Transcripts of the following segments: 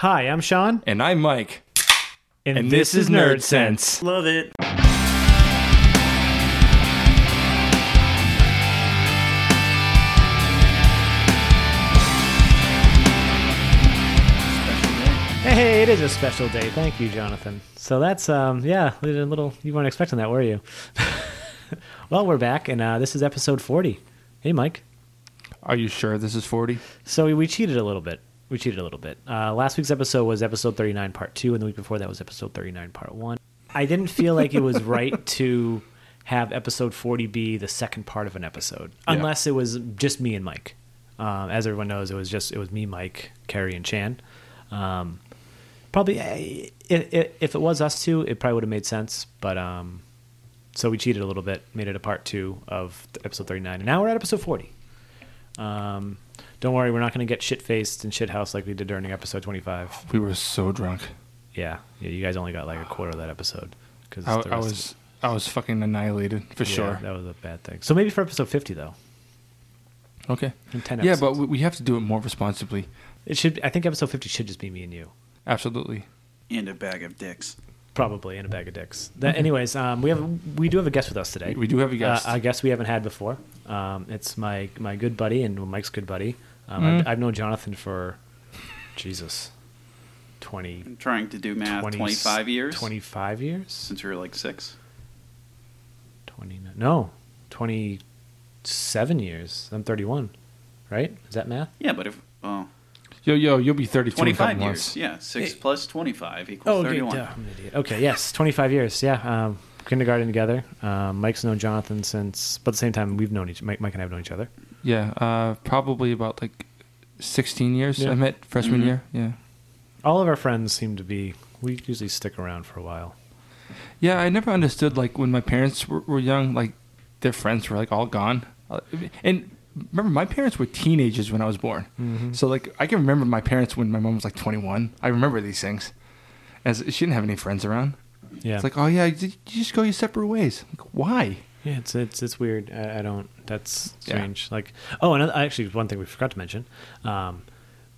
Hi, I'm Sean, And I'm Mike. and, And this, is Nerd Sense. Love it. Hey, it is a special day. Thank you, Jonathan. So that's um, yeah, we did a little. You weren't expecting that, were you? well, we're back, and uh, this is episode 40. Hey, Mike. Are you sure this is 40? So we- we cheated a little bit. We cheated a little bit. Uh, last week's episode was episode 39, part two, and the week before that was episode 39, part one. I didn't feel like it was right to have episode 40 be the second part of an episode, Yeah. unless it was just me and Mike. Um, as everyone knows, it was just it was me, Mike, Carrie, and Chan. Um, probably eh, i i if it was us two, it probably would have made sense. But um, so we cheated a little bit, made it a part two of th- episode 39, and now we're at episode 40. Um, don't worry, we're not going to get shit faced and shit house like we did during episode 25. We were so drunk. Yeah, yeah, you guys only got like a quarter of that episode because I, I was I was fucking annihilated for sure. that was a bad thing. So maybe for episode 50 though, Okay. in 10 Yeah, episodes. but we- we have to do it more responsibly. it should. I think episode 50 should just be me and you. Absolutely. And a bag of dicks. Probably in a bag of dicks. That, anyways, um, we have we do have a guest with us today. We do have a guest. Uh, a guest we haven't had before. Um, it's my my good buddy and Mike's good buddy. Um, Mm-hmm. I've, I've known Jonathan for Jesus, twenty I'm trying to do math. 20 25 years? 25 years? Since we were like six. 29. No, 27 years. I'm 31, right? Is that math? Yeah, but if. Oh, Yo, yo, you'll be 32 in a 25 couple years. months. Yeah, 6 Hey. plus 25 equals 31. Oh, duh, I'm an idiot. Okay, yes, 25 years. Yeah, um, kindergarten together. Um, Mike's known Jonathan since, but at the same time, we've known each Mike, Mike and I have known each other. Yeah, uh, probably about like 16 years Yeah. I met freshman Mhm. year. Yeah. All of our friends seem to be, we usually stick around for a while. Yeah, I never understood like when my parents were, were young, like their friends were like all gone. Uh, And remember, my parents were teenagers when I was born, so like I can remember my parents when my mom was like 21. I remember these things, as she didn't have any friends around. Yeah. It's like, oh yeah, you you just go your separate ways. Like, why? Yeah, it's it's it's weird. I, I don't. That's Yeah. strange. Like, oh, and actually, one thing we forgot to mention. Um,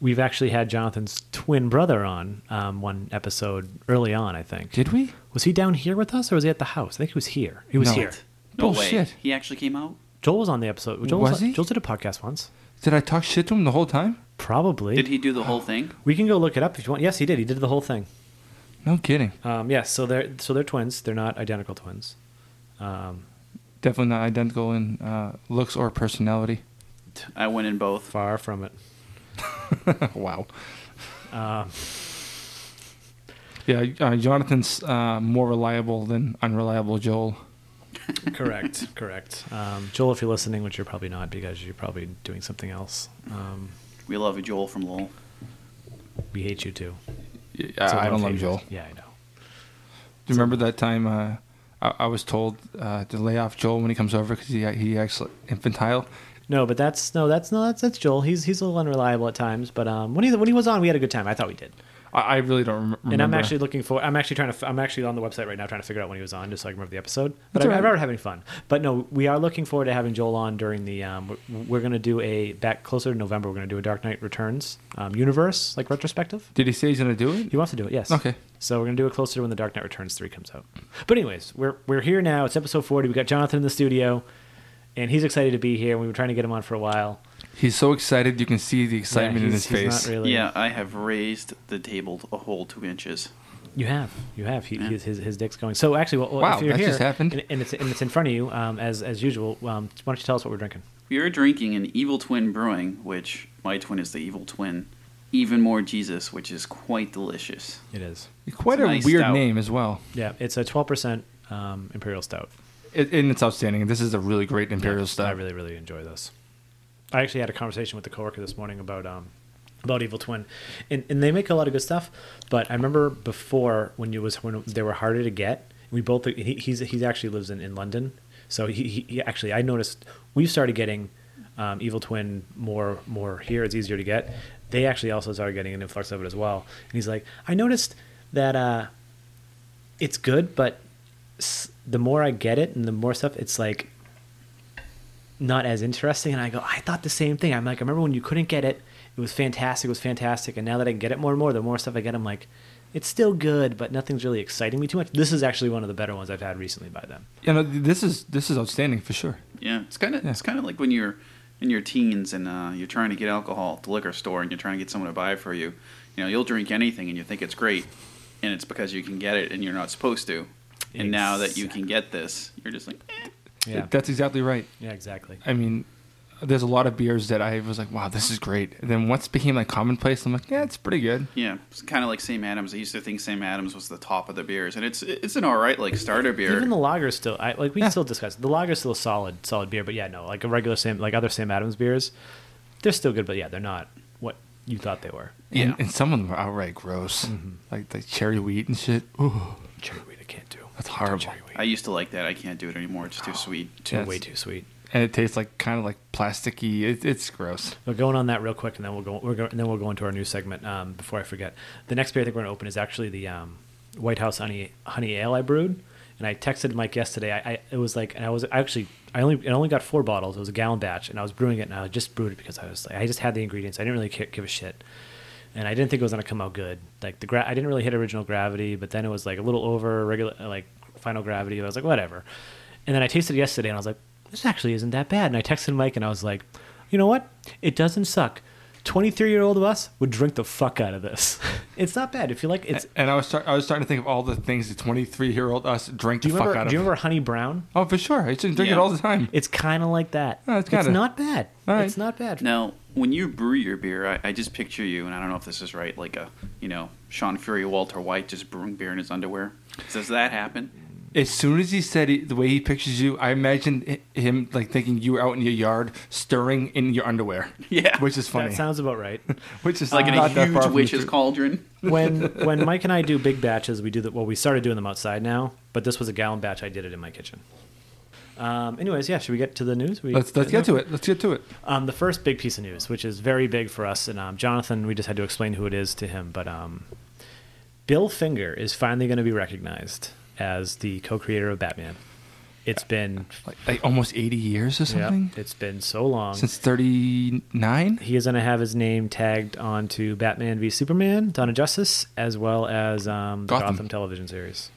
we've actually had Jonathan's twin brother on um, one episode early on. I think Did we? was he down here with us or was he at the house? I think he was here. He was No. here. No Bullshit. way. He actually came out? Joel was on the episode. Joel was, Was he? Joel did a podcast once. Did I talk shit to him the whole time? Probably. Did he do the whole thing? We can go look it up if you want. Yes, he did. He did the whole thing. No kidding. Um, yes. so they're so they're twins. They're not identical twins. Um, Definitely not identical in uh, looks or personality. I went in both. far from it. wow. Uh, yeah, uh, Jonathan's uh, more reliable than unreliable Joel. correct correct um, joel if you're listening which you're probably not because you're probably doing something else um, We love a Joel from Lowell. we hate you too So Uh, I no don't love favors. Joel. yeah i know Do you remember that time uh, I, I was told uh, to lay off Joel when he comes over because he he acts like infantile? no but that's no that's no that's that's joel he's he's a little unreliable at times but um, when he when he was on we had a good time i thought we did I, I really don't rem- remember. and i'm actually looking for i'm actually trying to f- i'm actually on the website right now trying to figure out when he was on just so i can remember the episode but That's I, all I right. remember having fun but no we are looking forward to having joel on during the um, we're, we're going to do a back closer to november we're going to do a dark knight returns um, universe like retrospective Did he say he's gonna do it? He wants to do it, yes. Okay. So we're gonna do it closer to when the Dark Knight Returns three comes out. But anyways, we're we're here now. It's episode forty. We got Jonathan in the studio, and he's excited to be here. We were trying to get him on for a while. He's so excited you can see the excitement Yeah, in his he's- he's face. Not really, Yeah, I have raised the table a whole two inches. You have, you have. He, Yeah. his, his his dick's going. So actually, well, well, Wow, if you're that here, just happened. And, and it's and it's in front of you, um, as as usual. Um, why don't you tell us what we're drinking? We are drinking an Evil Twin Brewing, which my twin is the Evil Twin. Even More Jesus, which is quite delicious. It is. Quite It's a a nice weird stout. name as well, Yeah, it's a twelve percent um, imperial stout. it, and it's outstanding. This is a really great imperial I style. really, really enjoy this. I actually had a conversation with a coworker this morning about um, about Evil Twin, and, and they make a lot of good stuff. But I remember before when it was when they were harder to get. We both he, he's he's actually lives in, in London, so he, he, he actually I noticed we started getting um, Evil Twin more more here. It's easier to get. They actually also started getting an influx of it as well. And he's like, I noticed that. Uh, it's good, but s- the more I get it and the more stuff, it's like not as interesting. And I go, I thought the same thing. I'm like, I remember when you couldn't get it it was fantastic, it was fantastic. And now that I get it more and more, the more stuff I get, I'm like, it's still good, but nothing's really exciting me too much. This is actually one of the better ones I've had recently by them. You know, this is this is outstanding for sure. Yeah, it's kind of it's kind of like when you're in your teens and uh, you're trying to get alcohol at the liquor store and you're trying to get someone to buy it for you. You know, you'll drink anything and you think it's great, and it's because you can get it and you're not supposed to. And now that you can get this, you're just like, eh. Yeah, That's exactly right. yeah, exactly. I mean, there's a lot of beers that I was like, wow, this is great. And then once it became like commonplace, I'm like, yeah, it's pretty good. yeah, it's kind of like Sam Adams. I used to think Sam Adams was the top of the beers, and it's it's an all right like starter beer. Even the lager is still, I, like we still discuss the lager is still a solid, solid beer. But yeah, no, like a regular Sam, like other Sam Adams beers, they're still good. But yeah, they're not what you thought they were. And, Yeah. Mm-hmm. and some of them were outright gross, like like cherry wheat and shit. Ooh, Cherry wheat, I can't do. that's horrible. Cherry wheat, I used to like that. I can't do it anymore. It's too sweet. too, Yes. way too sweet. And it tastes like kind of like plasticky. It, it's gross. But going on that real quick, and then we'll go. We're go and then we'll go into our new segment. Um, before I forget, the next beer I think we're going to open is actually the um, White House honey honey ale I brewed. And I texted Mike yesterday. I, I it was like, and I was I actually I only I only got four bottles. It was a gallon batch, and I was brewing it, and I just brewed it because I was like, I just had the ingredients. I didn't really ca- give a shit, and I didn't think it was going to come out good. Like the gra- I didn't really hit original gravity, but then it was like a little over regular like final gravity. I was like, whatever. And then I tasted it yesterday, and I was like, this actually isn't that bad. And I texted Mike, and I was like, you know what? It doesn't suck. 23 year old of us would drink the fuck out of this. it's not bad. If you like, it's. A- And I was start, I was starting to think of all the things the 23 year old us drank Do the you fuck remember? out Do you of. remember Honey Brown? oh, for sure. I used to drink Yeah. it all the time. It's kind of like that. Oh, it's it's, kinda- not bad. All right. It's not bad. Now, when you brew your beer, I, I just picture you, and I don't know if this is right, like a you know Sean Fury, Walter White, just brewing beer in his underwear. Does that happen? As soon as he said it, the way he pictures you, I imagined hi- him like thinking you were out in your yard stirring in your underwear. Yeah. which is funny. That sounds about right. which is Like in a Uh, not that far huge from the witch's truth. cauldron. when when Mike and I do big batches, we do the well. We started doing them outside now, but this was a gallon batch. I did it in my kitchen. Um, anyways, yeah. Should we get to the news? We, Let's let's get to it. Let's get to it. Um, the first big piece of news, which is very big for us, and um, Jonathan, we just had to explain who it is to him, but um, Bill Finger is finally going to be recognized as the co-creator of Batman. It's been Like, like almost 80 years or yeah, something it's been so long. since 39. he is going to have his name tagged onto Batman v Superman, Dawn of Justice, as well as um, the Gotham. Gotham television series.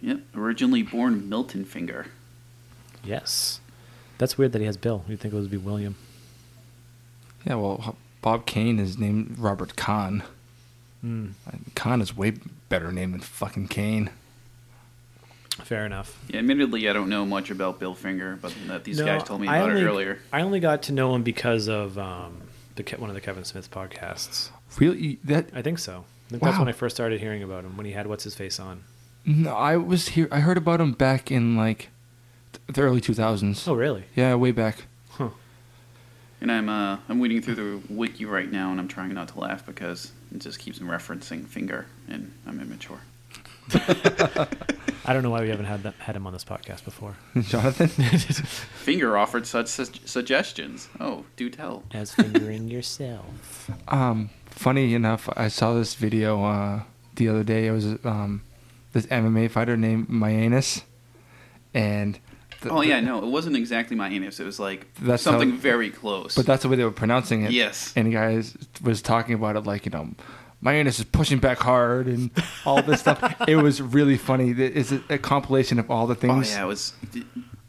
Yep. Originally born Milton Finger. Yes. That's weird that he has Bill. You'd think it would be William. Yeah, well, Bob Kane is named Robert Kahn. Hmm. And Kahn is way better name than fucking Kane. Fair enough. Yeah, admittedly, I don't know much about Bill Finger, but that these No, guys told me about only, it earlier. I only got to know him because of um, the Ke- one of the Kevin Smith podcasts. Really, that I think so. I think Wow. that's when I first started hearing about him when he had what's his face on. no, I was here. I heard about him back in like the early 2000s. Oh, really? Yeah, way back. And I'm uh, I'm reading through the wiki right now, and I'm trying not to laugh because it just keeps referencing Finger, and I'm immature. I don't know why we haven't had that, had him on this podcast before. Jonathan, Finger offered such su- suggestions. Oh, do tell. As fingering yourself. um, funny enough, I saw this video uh, the other day. It was um, this MMA fighter named Mayanus, and the- Oh yeah, no, it wasn't exactly my anus. It was like That's how- something very close. But that's the way they were pronouncing it. Yes. And the guy is- was talking about it like, you know, my anus is pushing back hard and all this stuff. It was really funny. Th- It's a, a compilation of all the oh things. yeah, it was.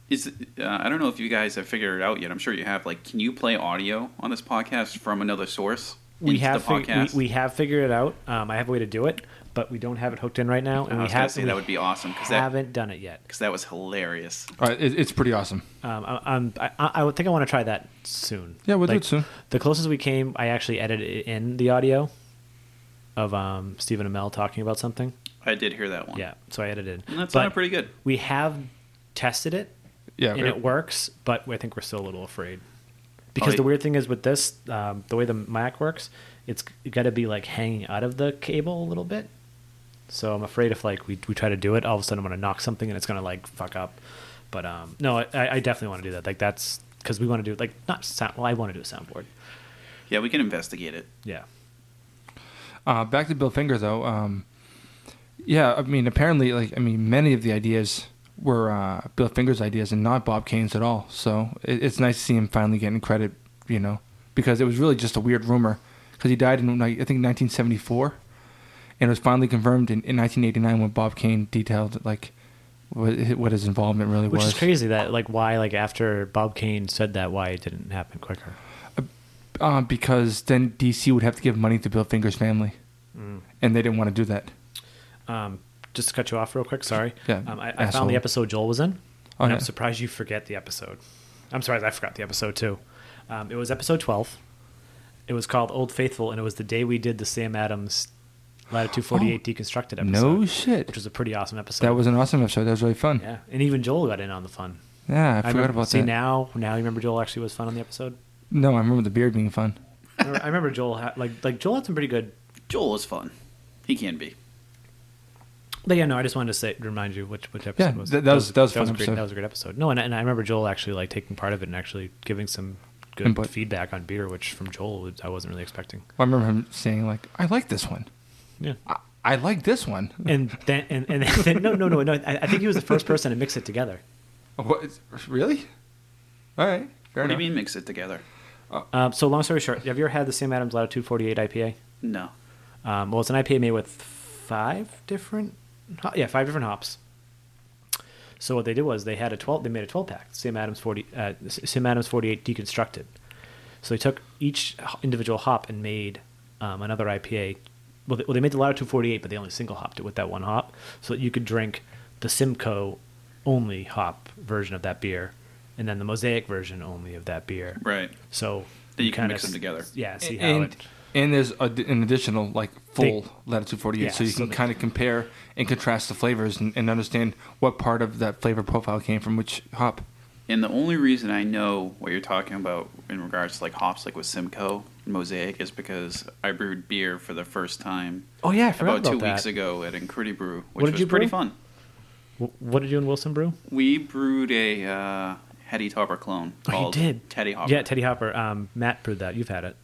Is uh, I don't know if you guys have figured it out yet. I'm sure you have. Like, can you play audio on this podcast from another source? We into have the fig- podcast. we, we have figured it out. Um, I have a way to do it, but we don't have it hooked in right now, and I we, was gonna have, say we that would be awesome because that haven't done it yet. because that was hilarious. All right, Uh, it, it's pretty awesome. Um, I, I'm, I, I would think I want to try that soon. Yeah, we'll do it soon. The closest we came, I actually edited in the audio of um, Stephen Amell talking about something. I did hear that one. Yeah, so I edited. and that But sounded pretty good. We have tested it Yeah. and we- it works, but I think we're still a little afraid. Because Oh, the yeah. weird thing is with this, um, the way the Mac works, it's got to be like hanging out of the cable a little bit. So I'm afraid if like we, we try to do it, all of a sudden I'm going to knock something and it's going to like fuck up. But um, no, I, I definitely want to do that. Like that's because we want to do like not sound. Well, I want to do a soundboard. Yeah, we can investigate it. Yeah. Uh, back to Bill Finger though. Um, yeah, I mean, apparently, like, I mean, many of the ideas were uh, Bill Finger's ideas and not Bob Kane's at all. So it, it's nice to see him finally getting credit, you know, because it was really just a weird rumor because he died in like, I think 1974, and it was finally confirmed in, in 1989 when Bob Kane detailed like what, hi- what his involvement really Which was. is crazy that like why like after Bob Kane said that why it didn't happen quicker. Uh, because then DC would have to give money to Bill Finger's family, and they didn't want to do that. Um, just to cut you off real quick, sorry. Yeah, Um, I, I asshole. found the episode Joel was in. Oh, and yeah. I'm surprised you forget the episode. I'm sorry, I forgot the episode too. Um, it was episode 12. It was called Old Faithful, and it was the day we did the Sam Adams Latitude 48 deconstructed episode. Oh, No shit. Which was a pretty awesome episode. That was an awesome episode. That was really fun. Yeah, yeah, and even Joel got in on the fun. I forgot remember, about see that. now, now you remember Joel actually was fun on the episode. No, I remember the beard being fun. I remember, I remember Joel had, like like Joel had some pretty good. Joel is fun. He can be. But yeah, no, I just wanted to say remind you which which episode Yeah, it was that- that was- that was a fun a great, episode. that was a great episode. No, and I, and I remember Joel actually like taking part of it and actually giving some good Input. feedback on beer, which from Joel was- I wasn't really expecting. I remember him saying like, "I like this one. Yeah, I, I like this one." and then and and then, no no no no, I, I think he was the first person to mix it together. What? Really? All right. Fair What enough. do you mean mix it together? Um, so long story short, have you ever had the Sam Adams Latitude 48 IPA? No. Um, well, it's an IPA made with five different, ho- yeah, five different hops. So what they did was they had a twelve. They made a twelve pack. Sam Adams forty. Uh, S- Sam Adams forty eight deconstructed. So they took each h- individual hop and made um, another IPA. Well they, well, they made the Latitude forty eight, but they only single hopped it with that one hop, so that you could drink the Simcoe only hop version of that beer, and then the Mosaic version only of that beer. Right. So Then you can kinda mix them s- together. Yeah. See how and, it. and there's a, an additional like full They- latitude 48 so Yeah, you so can they- kind of compare and contrast the flavors and, and understand what part of that flavor profile came from which hop And the only reason I know what you're talking about in regards to like hops, like with Simcoe and Mosaic, is because I brewed beer for the first time Oh yeah, I forgot about, about two that. weeks ago at Incredi Brew, What which did was you pretty brew? fun. W- What did you and Wilson brew? We brewed a uh, Hetty Topper clone Oh, you called did. Teddy Hopper. Yeah, Teddy Hopper. Um, Matt brewed that. You've had it.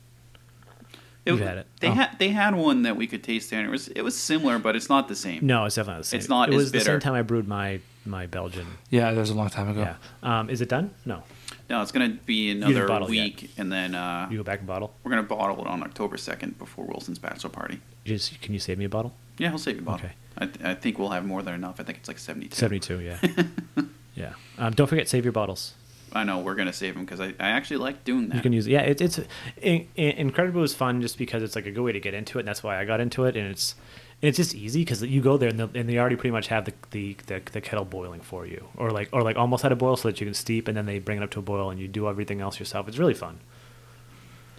You've had it. They Oh. had they had one that we could taste there, and it was it was similar, but it's not the same. No, it's definitely not the same. It's not It as was the same bitter. time I brewed my my Belgian. yeah that was a long time ago Yeah. Um, is it done? No. No, it's gonna be didn't another bottle yet. week, and then uh, You go back and bottle. we're gonna bottle it on October second before Wilson's bachelor party. You just can you save me a bottle? Yeah, he'll save you a bottle. Okay. I, th- I think we'll have more than enough. I think it's like seventy two. Seventy two. Yeah. yeah. Um, don't forget save your bottles. I know we're gonna save them because I, I actually like doing that. You can use yeah. It, it's in, in, Incredible is fun just because it's like a good way to get into it. and That's why I got into it, and it's and it's just easy because you go there and, they'll- and they already pretty much have the, the the the kettle boiling for you, or like or like almost at a boil so that you can steep, and then they bring it up to a boil and you do everything else yourself. It's really fun.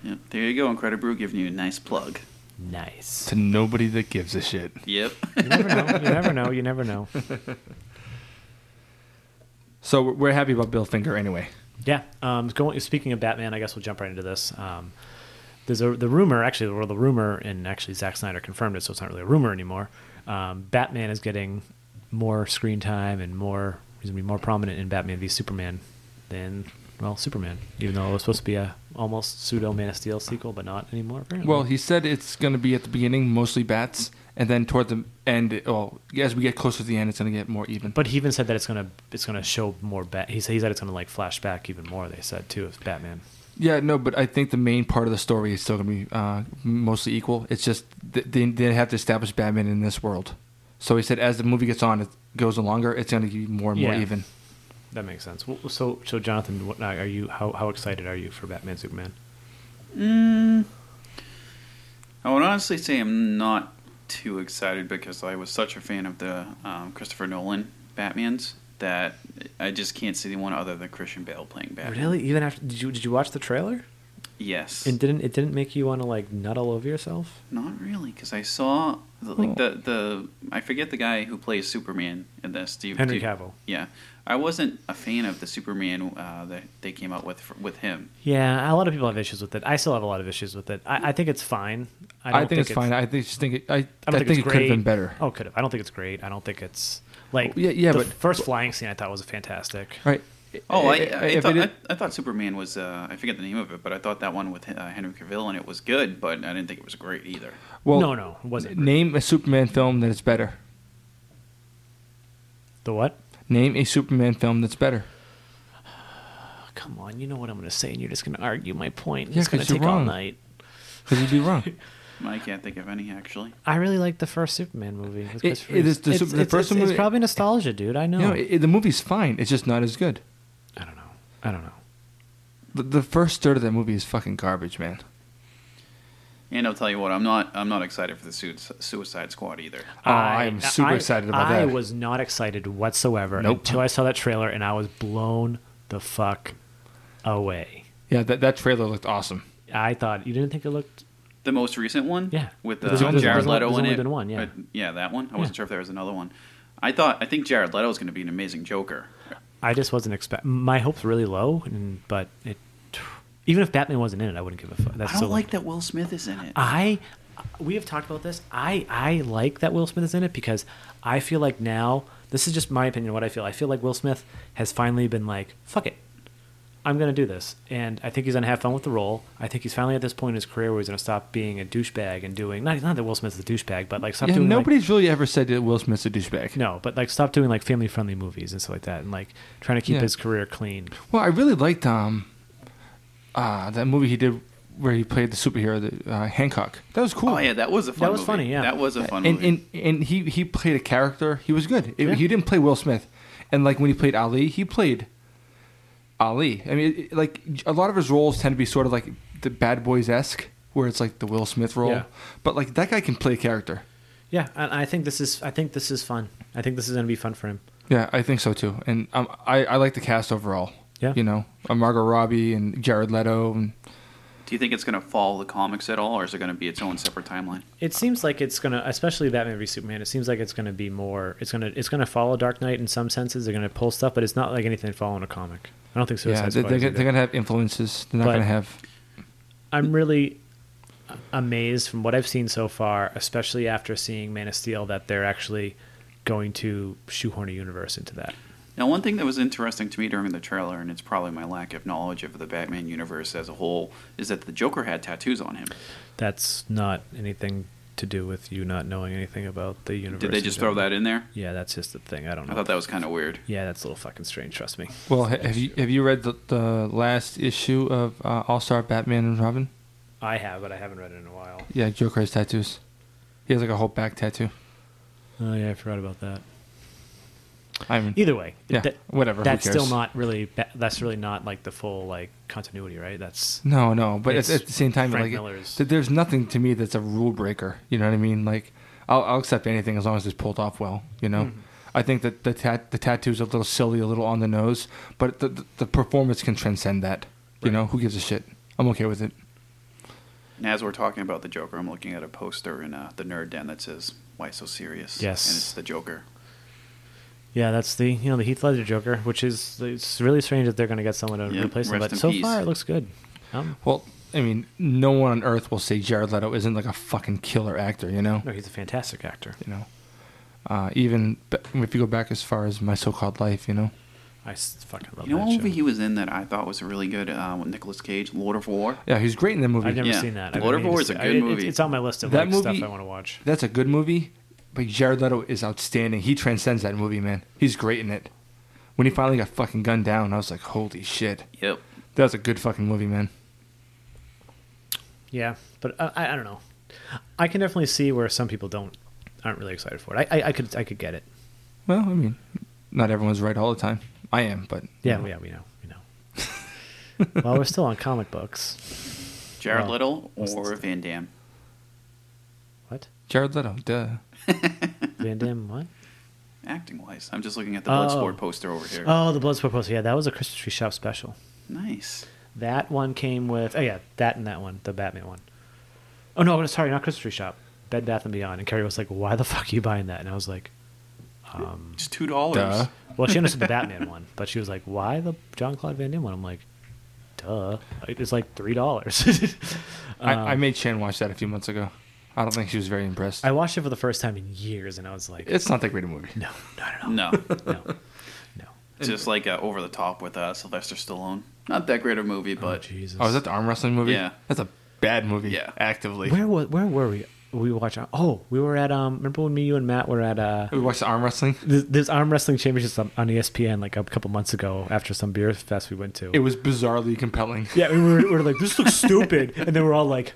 yeah, there you go, Incredi Brew giving you a nice plug. Nice. to nobody that gives a shit Yep. You never know. You never know. You never know. so we're- we're happy about bill finger anyway Yeah. Um, going. Speaking of Batman, I guess we'll jump right into this. Um, there's a the rumor actually, well, the rumor, and actually Zack Snyder confirmed it, so it's not really a rumor anymore. Um, Batman is getting more screen time and more. He's gonna be more prominent in Batman v Superman than well Superman, even though it was supposed to be a almost pseudo Man of Steel sequel, but not anymore. Apparently. well he said it's going to be at the beginning mostly bats and then toward the end well as we get closer to the end it's going to get more even But he even said that it's gonna it's gonna show more. Bat. He said he said it's gonna like flash back even more. They said too of Batman. Yeah, no, but I think the main part of the story is still going to be uh, mostly equal. It's just th- they, they have to establish Batman in this world. So he said, as the movie gets on, it goes on longer. It's going to be more and more Yeah. even. That makes sense. Well, So, so Jonathan, what, uh, are you how, how excited are you for Batman Superman? Mm, I would honestly say I'm not too excited because I was such a fan of the um, Christopher Nolan Batmans that I just can't see anyone other than Christian Bale playing Batman. Really? Even after did you did you watch the trailer? Yes. And didn't it didn't make you want to like nut all over yourself? Not really, because I saw the, Oh. like the the I forget the guy who plays Superman in this. Do you, Henry do- Cavill. Yeah, I wasn't a fan of the Superman uh, that they came out with with him. Yeah, a lot of people have issues with it. I still have a lot of issues with it. I, I think it's fine. I, don't think, it's fine. I think, just think it. I, I, I think, don't it it's could have great. been better. Oh, could have. I don't think it's great. I don't think it's like Yeah, yeah, the but- first flying scene I thought was fantastic. Right? Oh, I, I, If it thought, is- I, I thought Superman was uh, I forget the name of it, but I thought that one with uh, Henry Cavill and it was good, but I didn't think it was great either. well, no, no, it wasn't. Name a Superman film that is better. the what? Name a Superman film that's better. Oh, come on, you know what I'm going to say, and you're just going to argue my point. Yeah, it's going 'cause to you're take all wrong. night. Because you'd be wrong. I can't think of any actually. I really like the first Superman movie. with It- Christopher it Reeve. is the it's, Sup- the it's- it's- first it's movie- probably nostalgia, dude. I know. No, it, the movie's fine. It's just not as good. I don't know. I don't know. The, the first third of that movie is fucking garbage, man. And I'll tell you what, I'm not I'm not excited for the Su- Suicide Squad either. Oh, I, am super I- excited about I that. was not excited whatsoever Nope. until I saw that trailer, and I was blown the fuck away. yeah, that, that trailer looked awesome. I thought you didn't think it looked. The most recent one, Yeah. with uh, There's only- Jared there's only- Leto there's in only it. been one, yeah. But, yeah, that one. I wasn't sure if there was another one. I thought I think Jared Leto was going to be an amazing Joker. I just wasn't expect. My hopes really low, and, but it. Even if Batman wasn't in it, I wouldn't give a fuck. That's I don't so- like that Will Smith is in it. I we have talked about this. I I like that Will Smith is in it because I feel like now this is just my opinion. What I feel, I feel like Will Smith has finally been like, fuck it, I'm gonna do this, and I think he's gonna have fun with the role. I think he's finally at this point in his career where he's gonna stop being a douchebag and doing not not that Will Smith is a douchebag, but like stop Yeah, doing like- nobody's really ever said that Will Smith's a douchebag. no, but like stop doing like family friendly movies and stuff like that, and like trying to keep Yeah. his career clean. Well, I really liked um, uh, that movie he did where he played the superhero, the, uh, Hancock. That was cool. Oh yeah, that was a fun. was movie. funny, yeah. that was a fun and, movie. and and he he played a character. He was good. It- Yeah. He didn't play Will Smith, and like when he played Ali, he played Ali. I mean, it- like a lot of his roles tend to be sort of like the bad boys esque, where it's like the Will Smith role. Yeah. But like that guy can play a character. Yeah, and I think this is I think this is fun. I think this is gonna be fun for him. Yeah, I think so too. And um, I I like the cast overall. Yeah. you know, uh, Margot Robbie and Jared Leto and Do you think it's going to follow the comics at all, or is it going to be its own separate timeline? It seems like it's gonna, especially Batman v Superman. It seems like it's gonna be more. It's gonna, it's gonna follow Dark Knight in some senses. They're gonna pull stuff, but it's not like anything following a comic. I don't think Suicide yeah, yeah, they, Squad. they're, is gonna- either. they're gonna have influences. They're not But- gonna have. I'm really amazed from what I've seen so far, especially after seeing Man of Steel, that they're actually going to shoehorn a universe into that. Now, one thing that was interesting to me during the trailer, and it's probably my lack of knowledge of the Batman universe as a whole, is that the Joker had tattoos on him. That's not anything to do with you not knowing anything about the universe. Did they in just throw general. that in there? Yeah, that's just the thing. I don't know. I thought that was kind of weird. yeah, that's a little fucking strange. Trust me. Well, ha- have you have you read the, the last issue of uh, All Star Batman and Robin? I have, but I haven't read it in a while. Yeah, Joker has tattoos. He has like a whole back tattoo. Oh yeah, I forgot about that. I mean, Either way, yeah, that- whatever. who that's cares? still not really ba- that's really not like the full like continuity, right? That's No, no, but at, It's at the same time, Frank like, Miller's- th- there's nothing to me that's a rule breaker. You know what I mean? Like, I'll, I'll accept anything as long as it's pulled off well. You know, Mm-hmm. I think that the tat- the tattoo's a little silly, a little on the nose, but the the, the performance can transcend that. You Right. know, who gives a shit? I'm okay with it. And as we're talking about the Joker, I'm looking at a poster in uh, the Nerd Den that says, Why So Serious? Yes. And it's the Joker. yeah, that's the you know the Heath Ledger Joker, which is it's really strange that they're going to get someone to Yep, replace him, rest but in so peace. far it looks good. Um, Well, I mean, no one on earth will say Jared Leto isn't like a fucking killer actor. You know, no, he's a fantastic actor. you know. Uh, even ba- if you go back as far as my so-called life, you know. I s- fucking love You know that what movie show. he was in that I thought was really good uh, with Nicolas Cage? Lord of War? Yeah, he's great in that movie. I've never Yeah. seen that. The I've been meaning Waterboy to is a see- good I- it- movie. It's on my list of That like, movie- stuff I want to watch. That's a good movie, but Jared Leto is outstanding. He transcends that movie, man. He's great in it. When he finally got fucking gunned down, I was like, holy shit. Yep. That was a good fucking movie, man. Yeah, but I, I I don't know. I can definitely see where some people don't aren't really excited for it. I, I, I could I could get it. Well, I mean, not everyone's right all the time. I am, but. Yeah, yeah, we know, we know. well, we're still on comic books. Jared Well, Little what's or this- Van Damme? What? Jared Leto, duh. Van Damme, what? Acting wise. I'm just looking at the Oh. Bloodsport poster over here. Oh, the Bloodsport poster. Yeah, that was a Christmas tree shop special. Nice. That one came with oh yeah, that and that one, the Batman one. Oh no, sorry, not Christmas tree shop. Bed Bath and Beyond. And Carrie was like, "Why the fuck are you buying that?" And I was like, um, Just $2. Duh. "Well, she understood the Batman one, but she was like, why the John Claude Van Damme one?" I'm like, "Duh, it's like three dollars." I, Um, I made Shan watch that a few months ago. I don't think she was very impressed. I watched it for the first time in years, and I was like, it's not that great a movie. "No, not at all. No. no, no." It's just like uh, Over the Top with uh, Sylvester Stallone. Not that great a movie, Oh, but Jesus. Oh, is that the arm wrestling movie? Yeah. That's a bad movie. Yeah. Actively. where was where were we? we watch. Oh, we were at um. Remember when me, you, and Matt were at uh We watched the arm wrestling. this, this arm wrestling championship on E on ESPN like a couple months ago after some beer fest we went to. It was bizarrely compelling. yeah, and we were, we were like, this looks stupid, and then we're all like,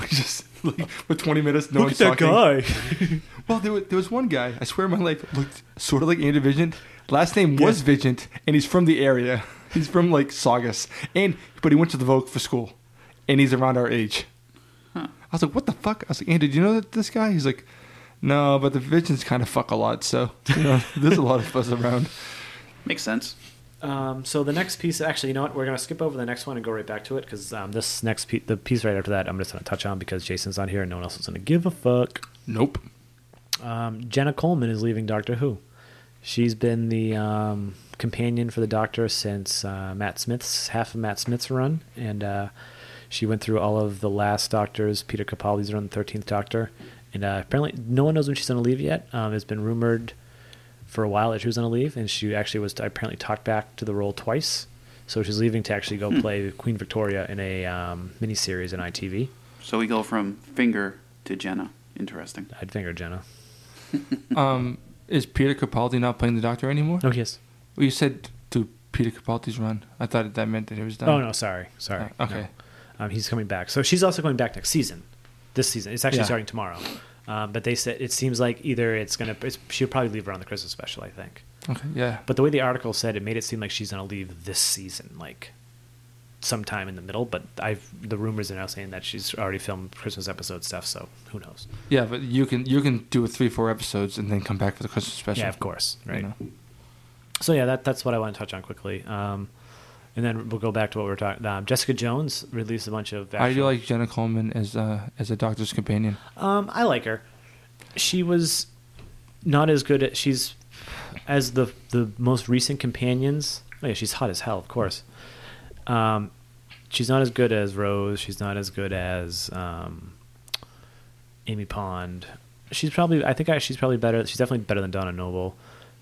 We just like for 20 minutes, no look one's at that talking. guy. Well, there was, there was one guy. I swear, in my life looked sort of like Andy Vigent. Last name was Vigent, and he's from the area. He's from like Saugus, and but he went to the Vogue for school, and he's around our age. Huh. I was like, "What the fuck?" I was like, "Andy, do you know that this guy?" He's like, "No, but the Vigents kind of fuck a lot, so you know, there's a lot of us around." Makes sense. Um, so the next piece, actually, you know what? We're gonna skip over the next one and go right back to it because um, this next piece, the piece right after that, I'm just gonna touch on because Jason's not here and no one else is gonna give a fuck. Nope. Um, Jenna Coleman is leaving Doctor Who. She's been the um, companion for the Doctor since uh, Matt Smith's half of Matt Smith's run, and uh, she went through all of the last Doctors. Peter Capaldi's run, the Thirteenth Doctor, and uh, apparently no one knows when she's going to leave yet. Um, it's been rumored for a while that she was going to leave, and she actually was apparently talked back to the role twice. So she's leaving to actually go play Queen Victoria in a um, miniseries on ITV. So we go from finger to Jenna. Interesting. I'd finger Jenna. Um, is Peter Capaldi not playing the Doctor anymore? Oh, yes. Well, you said to Peter Capaldi's run. I thought that meant that he was done. Oh no, sorry, sorry. Oh, okay. No. um, he's coming back. So she's also coming back next season. This season, it's actually Yeah. starting tomorrow. Um, but they said it seems like either it's gonna it's, she'll probably leave around the Christmas special, I think. Okay. Yeah. But the way the article said it made it seem like she's gonna leave this season, like sometime in the middle. But I've the rumors are now saying that she's already filmed Christmas episode stuff, so who knows? Yeah, but you can you can do three four episodes and then come back for the Christmas special. Yeah, of course, you right. know. So yeah, that that's what I want to touch on quickly. Um, and then we'll go back to what we were talking. Um, Jessica Jones released a bunch of. I do actual- like Jenna Coleman as uh, as a doctor's companion. Um, I like her. She was not as good at she's as the the most recent companions. Oh yeah, she's hot as hell, of course. Um, she's not as good as Rose. She's not as good as um, Amy Pond. She's probably I think I, she's probably better. She's definitely better than Donna Noble.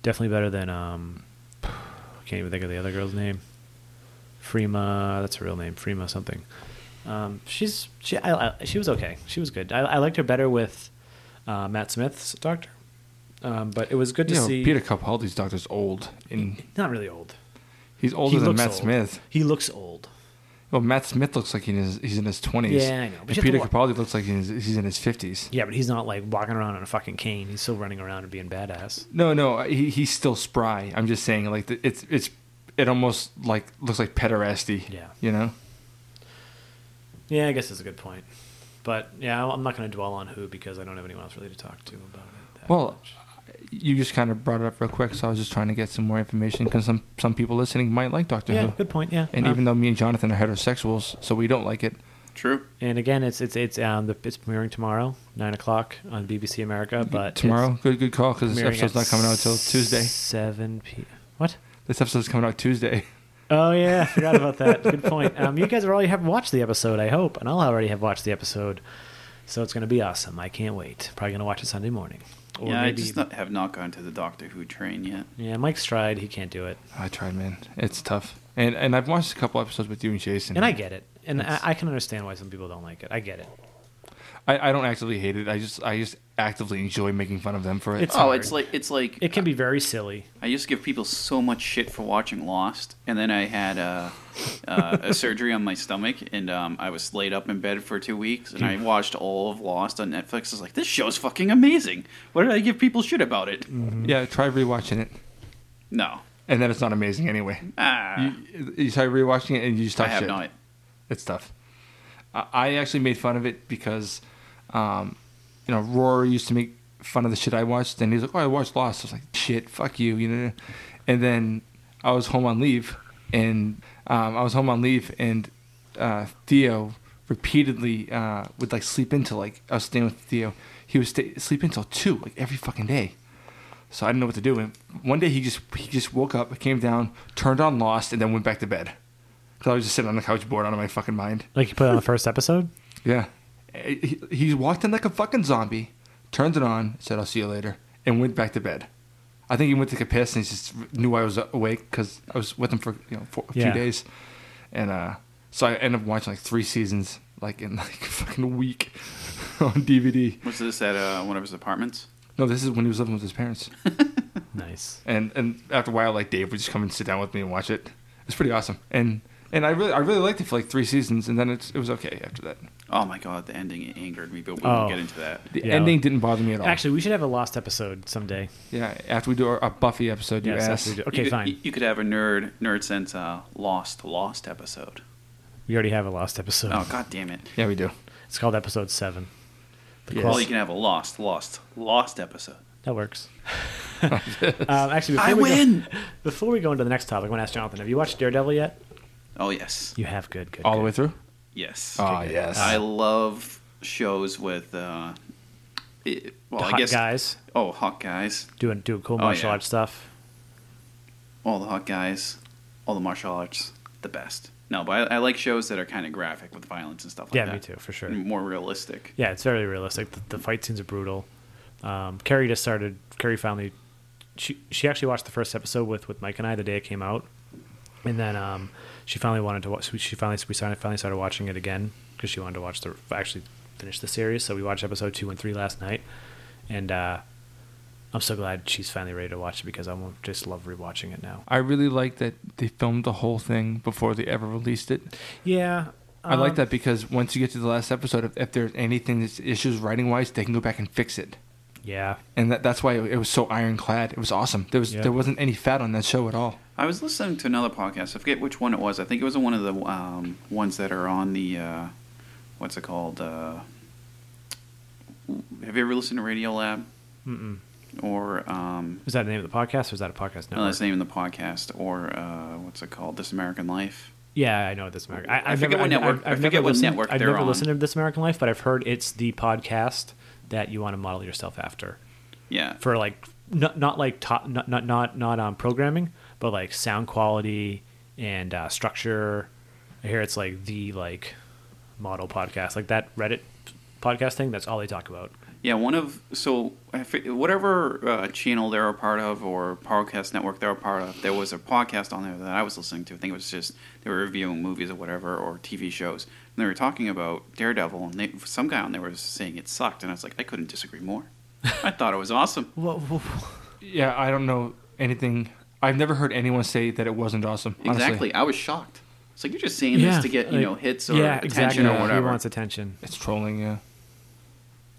Definitely better than um, I can't even think of the other girl's name. Freema, that's her real name. Freema something. Um, she's she I, I, she was okay. She was good. I, I liked her better with uh, Matt Smith's doctor. Um, but it was good to You know, see. Peter Capaldi's doctor's old, and not really old. he's older than looks Matt old. Smith. He looks old. Well, Matt Smith looks like he is, he's in his twenties. Yeah, I know, but you have And to Peter look- Capaldi looks like he's, he's in his fifties. Yeah, but he's not like walking around on a fucking cane. He's still running around and being badass. No, no, he, he's still spry. I'm just saying, like the- it's it's it almost like looks like pederasty. Yeah. you know. Yeah, I guess that's a good point. But yeah, I- I'm not going to dwell on who because I don't have anyone else really to talk to about it. that Well, uh-huh. much. you just kind of brought it up real quick, so I was just trying to get some more information because some some people listening might like Doctor yeah, Who. good point. Yeah, And Um, even though me and Jonathan are heterosexuals, so we don't like it. True. and again, it's it's it's um the, it's premiering tomorrow, nine o'clock on BBC America. But it's tomorrow, good good call because this premiering episode's at not coming out until Tuesday. seven p. What? This episode's coming out Tuesday. Oh yeah, I forgot about that. Good point. Um, you guys already have watched the episode, I hope, and I'll already have watched the episode, so it's going to be awesome. I can't wait. Probably going to watch it Sunday morning. Or yeah, I maybe, just not, have not gone to the Doctor Who train yet. yeah. Mike Stride, he can't do it, I tried, man. It's tough. And and I've watched a couple episodes with you and Jason. and I get it, and I, It's- I can understand why some people don't like it. I get it. I, I don't actively hate it. I just I just actively enjoy making fun of them for it. It's- oh, hard. it's like it's like It can be very silly. I used to give people so much shit for watching Lost, and then I had uh, uh, a surgery on my stomach, and um, I was laid up in bed for two weeks, and I watched all of Lost on Netflix. I was like, this show's fucking amazing. Why did I give people shit about it? Mm-hmm. yeah, try rewatching it, No, and then it's not amazing anyway. ah, You, you try rewatching it, and you just I talk have shit. not. It's tough. I, I actually made fun of it because, um, you know, Rory used to make fun of the shit I watched, and he's like, "Oh, I watched Lost." I was like, "Shit, fuck you," you know. And then I was home on leave, and um, I was home on leave, and uh, Theo repeatedly uh, would like sleep into like I was staying with Theo. He would stay sleep until two, like every fucking day. So I didn't know what to do. And one day he just he just woke up, came down, turned on Lost, and then went back to bed. Cause I was just sitting on the couch, bored out of my fucking mind. Like you put it on the first episode. Yeah, he, he walked in like a fucking zombie, turned it on, said "I'll see you later," and went back to bed. I think he went to take a piss and he just knew I was awake because I was with him for you know for a Yeah. few days, and uh, so I ended up watching like three seasons like in like a fucking week. on DVD. Was this at uh, one of his apartments? No, this is when he was living with his parents. Nice. and and after a while, like Dave would just come and sit down with me and watch it. It's pretty awesome, and and I really I really liked it for like three seasons, and then it's, it was okay after that. Oh my god, the ending angered me, but we Oh. won't get into that. The Yeah. ending didn't bother me at all. Actually, we should have a lost episode someday. yeah, after we do our, our Buffy episode, you Yes, asked. after we do- Okay, you could, fine. You, you could have a nerd nerd sense uh, lost lost episode. We already have a lost episode. Oh god damn it! Yeah, we do. It's called episode seven. The Yes. Well, qual- you can have a lost lost lost episode. that works. um, actually, before I we go- win. before we go into the next topic, I want to ask Jonathan: Have you watched Daredevil yet? Oh yes, You have. Good. Good. All good. the way through. yes. Ah, yes. I love shows with. Uh, it, well, The I hot guess. guys Oh, hot guys! doing doing cool Oh, martial yeah. arts stuff. All the hot guys, all the martial arts, the best. No, but I, I like shows that are kind of graphic with violence and stuff like Yeah, that. Mm-hmm. me too, for sure. And More realistic. Yeah, it's very realistic. The, the fight scenes are brutal. Um, Carrie just started. Carrie finally, she she actually watched the first episode with with Mike and I the day it came out, and then um, she finally wanted to watch. She finally we started, finally started watching it again because she wanted to watch the actually finish the series. So we watched episode two and three last night, and uh, I'm so glad she's finally ready to watch it because I will just love rewatching it now. I really like that they filmed the whole thing before they ever released it. Yeah, I like um, that because once you get to the last episode, if, if there's anything that's issues writing wise, they can go back and fix it. Yeah, And that, that's why it, was so ironclad. It was awesome. There was Yeah. there wasn't any fat on that show at all. I was listening to another podcast. I forget which one it was. I think it was one of the um, ones that are on the uh, what's it called? Uh, have you ever listened to Radio Lab? Mm-mm. Or um, is that the name of the podcast or is that a podcast? no, network? that's the name of the podcast. Or uh, what's it called? This American Life. Yeah, I know This American. I, I I've forget never, what I've- network- I've, I've I never forget what listened, network I've they're never on. listened to This American Life, but I've heard it's the podcast that you want to model yourself after Yeah. for like not not like top, not not not not um, programming, but like sound quality and uh, structure. I hear it's like the like model podcast, like that Reddit podcast thing. That's all they talk about. Yeah, one of so I fi- whatever uh, channel they're a part of or podcast network they're a part of, there was a podcast on there that I was listening to. I think it was just they were reviewing movies or whatever or TV shows, and they were talking about Daredevil, and they, some guy on there was saying it sucked, and I was like, I couldn't disagree more. I thought it was awesome. Whoa, Yeah, I don't know anything. I've never heard anyone say that it wasn't awesome. honestly. Exactly, I was shocked. It's like you're just saying this to get you know hits or yeah, attention exactly. or He He whatever. wants attention. It's trolling, yeah.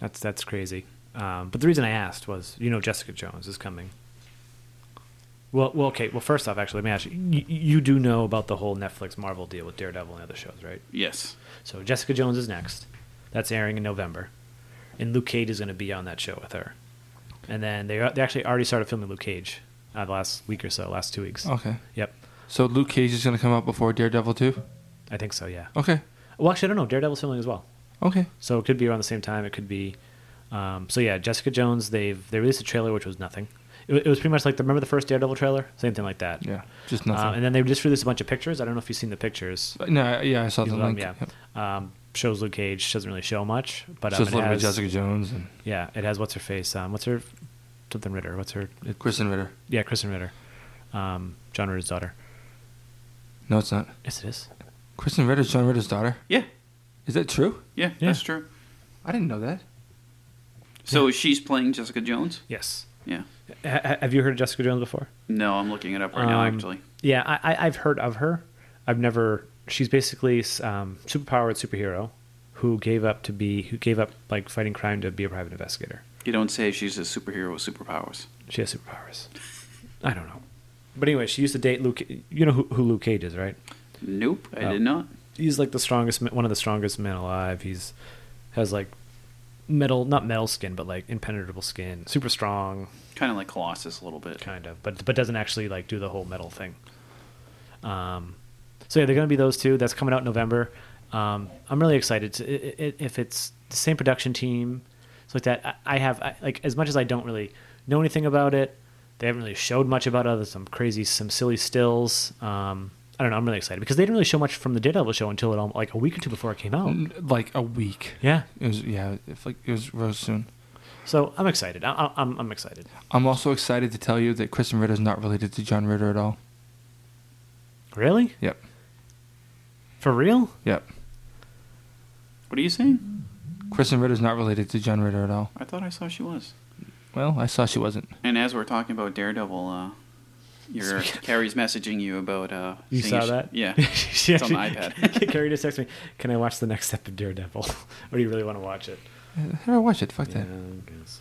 That's that's crazy. Um, but the reason I asked was, you know, Jessica Jones is coming. Well, well, okay. Well, first off, actually, let me ask you. You, you do know about the whole Netflix Marvel deal with Daredevil and other shows, right? yes, So Jessica Jones is next. That's airing in November, and Luke Cage is going to be on that show with her. And then they they actually already started filming Luke Cage uh, the last week or so, last two weeks. Okay. Yep, So Luke Cage is going to come out before Daredevil 2? I think so. Yeah. Okay. Well, actually, I don't know. Daredevil's filming as well. Okay. So it could be around the same time. It could be. Um, so yeah, Jessica Jones. They've they released a trailer which was nothing. It, wa- it was pretty much like the remember the first Daredevil trailer, same thing like that. Yeah. Just Uh, nothing. and then they just released a bunch of pictures. I don't know if you've seen the pictures. no, yeah, I saw the You love- link. yeah. Yep. Um, shows Luke Cage. Doesn't really show much, but um, Just a it little bit of has, Jessica Jones and yeah, it has what's her face. Um, what's her something Ritter? What's her? It, Kristen Ritter. yeah, Kristen Ritter, um, John Ritter's daughter. No, it's not. Yes, it is. Kristen Ritter's John Ritter's daughter. yeah, Is that true? yeah, Yeah. that's true. I didn't know that. So she's playing Jessica Jones. Yes. Yeah. Ha- ha- have you heard of Jessica Jones before? No, I'm looking it up right now. Um, Actually, Yeah, I, I, I've heard of her. I've never. She's basically um, superpowered superhero who gave up to be who gave up like fighting crime to be a private investigator. you don't say she's a superhero with superpowers. She has superpowers. I don't know, but anyway, she used to date Luke. You know who, who Luke Cage is, right? Nope, I Oh. did not. He's like the strongest, ma- one of the strongest men alive. He's has like metal, not metal skin, but like impenetrable skin. Super strong, Kind of like Colossus a little bit. kind of, but but doesn't actually like do the whole metal thing. Um, so yeah, they're gonna be those two. That's coming out in November. Um, I'm really excited to, i- i- if it's the same production team, it's like that. I, I have I, like as much as I don't really know anything about it. They haven't really showed much about it. other than some crazy, some silly stills. Um, I don't know. I'm really excited because they didn't really show much from the Daredevil show until it al- like a week or two before it came out. N- Like a week. Yeah, It was, yeah, if like, it was real soon. so I'm excited. I, I, I'm I'm excited. I'm also excited to tell you that Kristen Ritter is not related to John Ritter at all. Really? Yep. For real? Yep. What are you saying? Kristen Ritter's not related to John Ritter at all. I thought I saw she was. Well, I saw she wasn't. And as we're talking about Daredevil, uh, your Carrie's messaging you about. Uh, You seeing saw if she- that? Yeah. she it's on my actually- iPad. Carrie just texted me, "Can I watch the next step of Daredevil, or do you really want to watch it?" How do I Uh, watch it? Fuck that. I guess.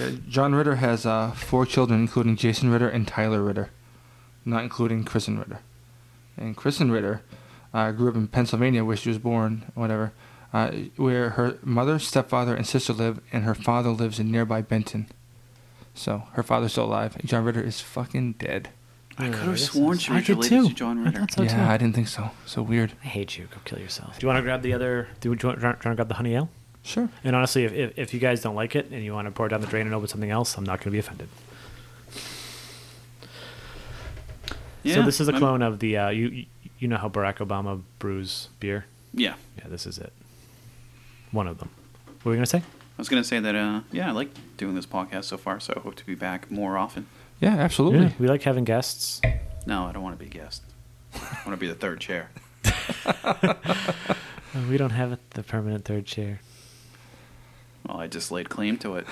Uh, John Ritter has uh, four children, including Jason Ritter and Tyler Ritter, not including Kristen Ritter. And Kristen Ritter uh, grew up in Pennsylvania, where she was born, whatever, uh, where her mother, stepfather, and sister live, and her father lives in nearby Benton. So her father's still alive. and John Ritter is fucking dead. I Yeah, could I have guess sworn that's- she I was did related too. to John I Ritter. thought so yeah, too. I didn't think so. So weird. I hate you. Go kill yourself. Do you want to grab the other? Do you want to grab grab the honey ale? Sure. And honestly, if, if, if you guys don't like it and you want to pour it down the drain and open something else, I'm not going to be offended. so Yeah, this is a I'm- clone of the uh, you you- you know how Barack Obama brews beer. Yeah. Yeah, this is it. One of them. What were we going to say? I was gonna say that. Uh, yeah, I like doing this podcast so far, so I hope to be back more often. Yeah, absolutely. Yeah, we like having guests. No, I don't want to be a guest. I want to be the third chair. Uh, We don't have the permanent third chair. Well, I just laid claim to it.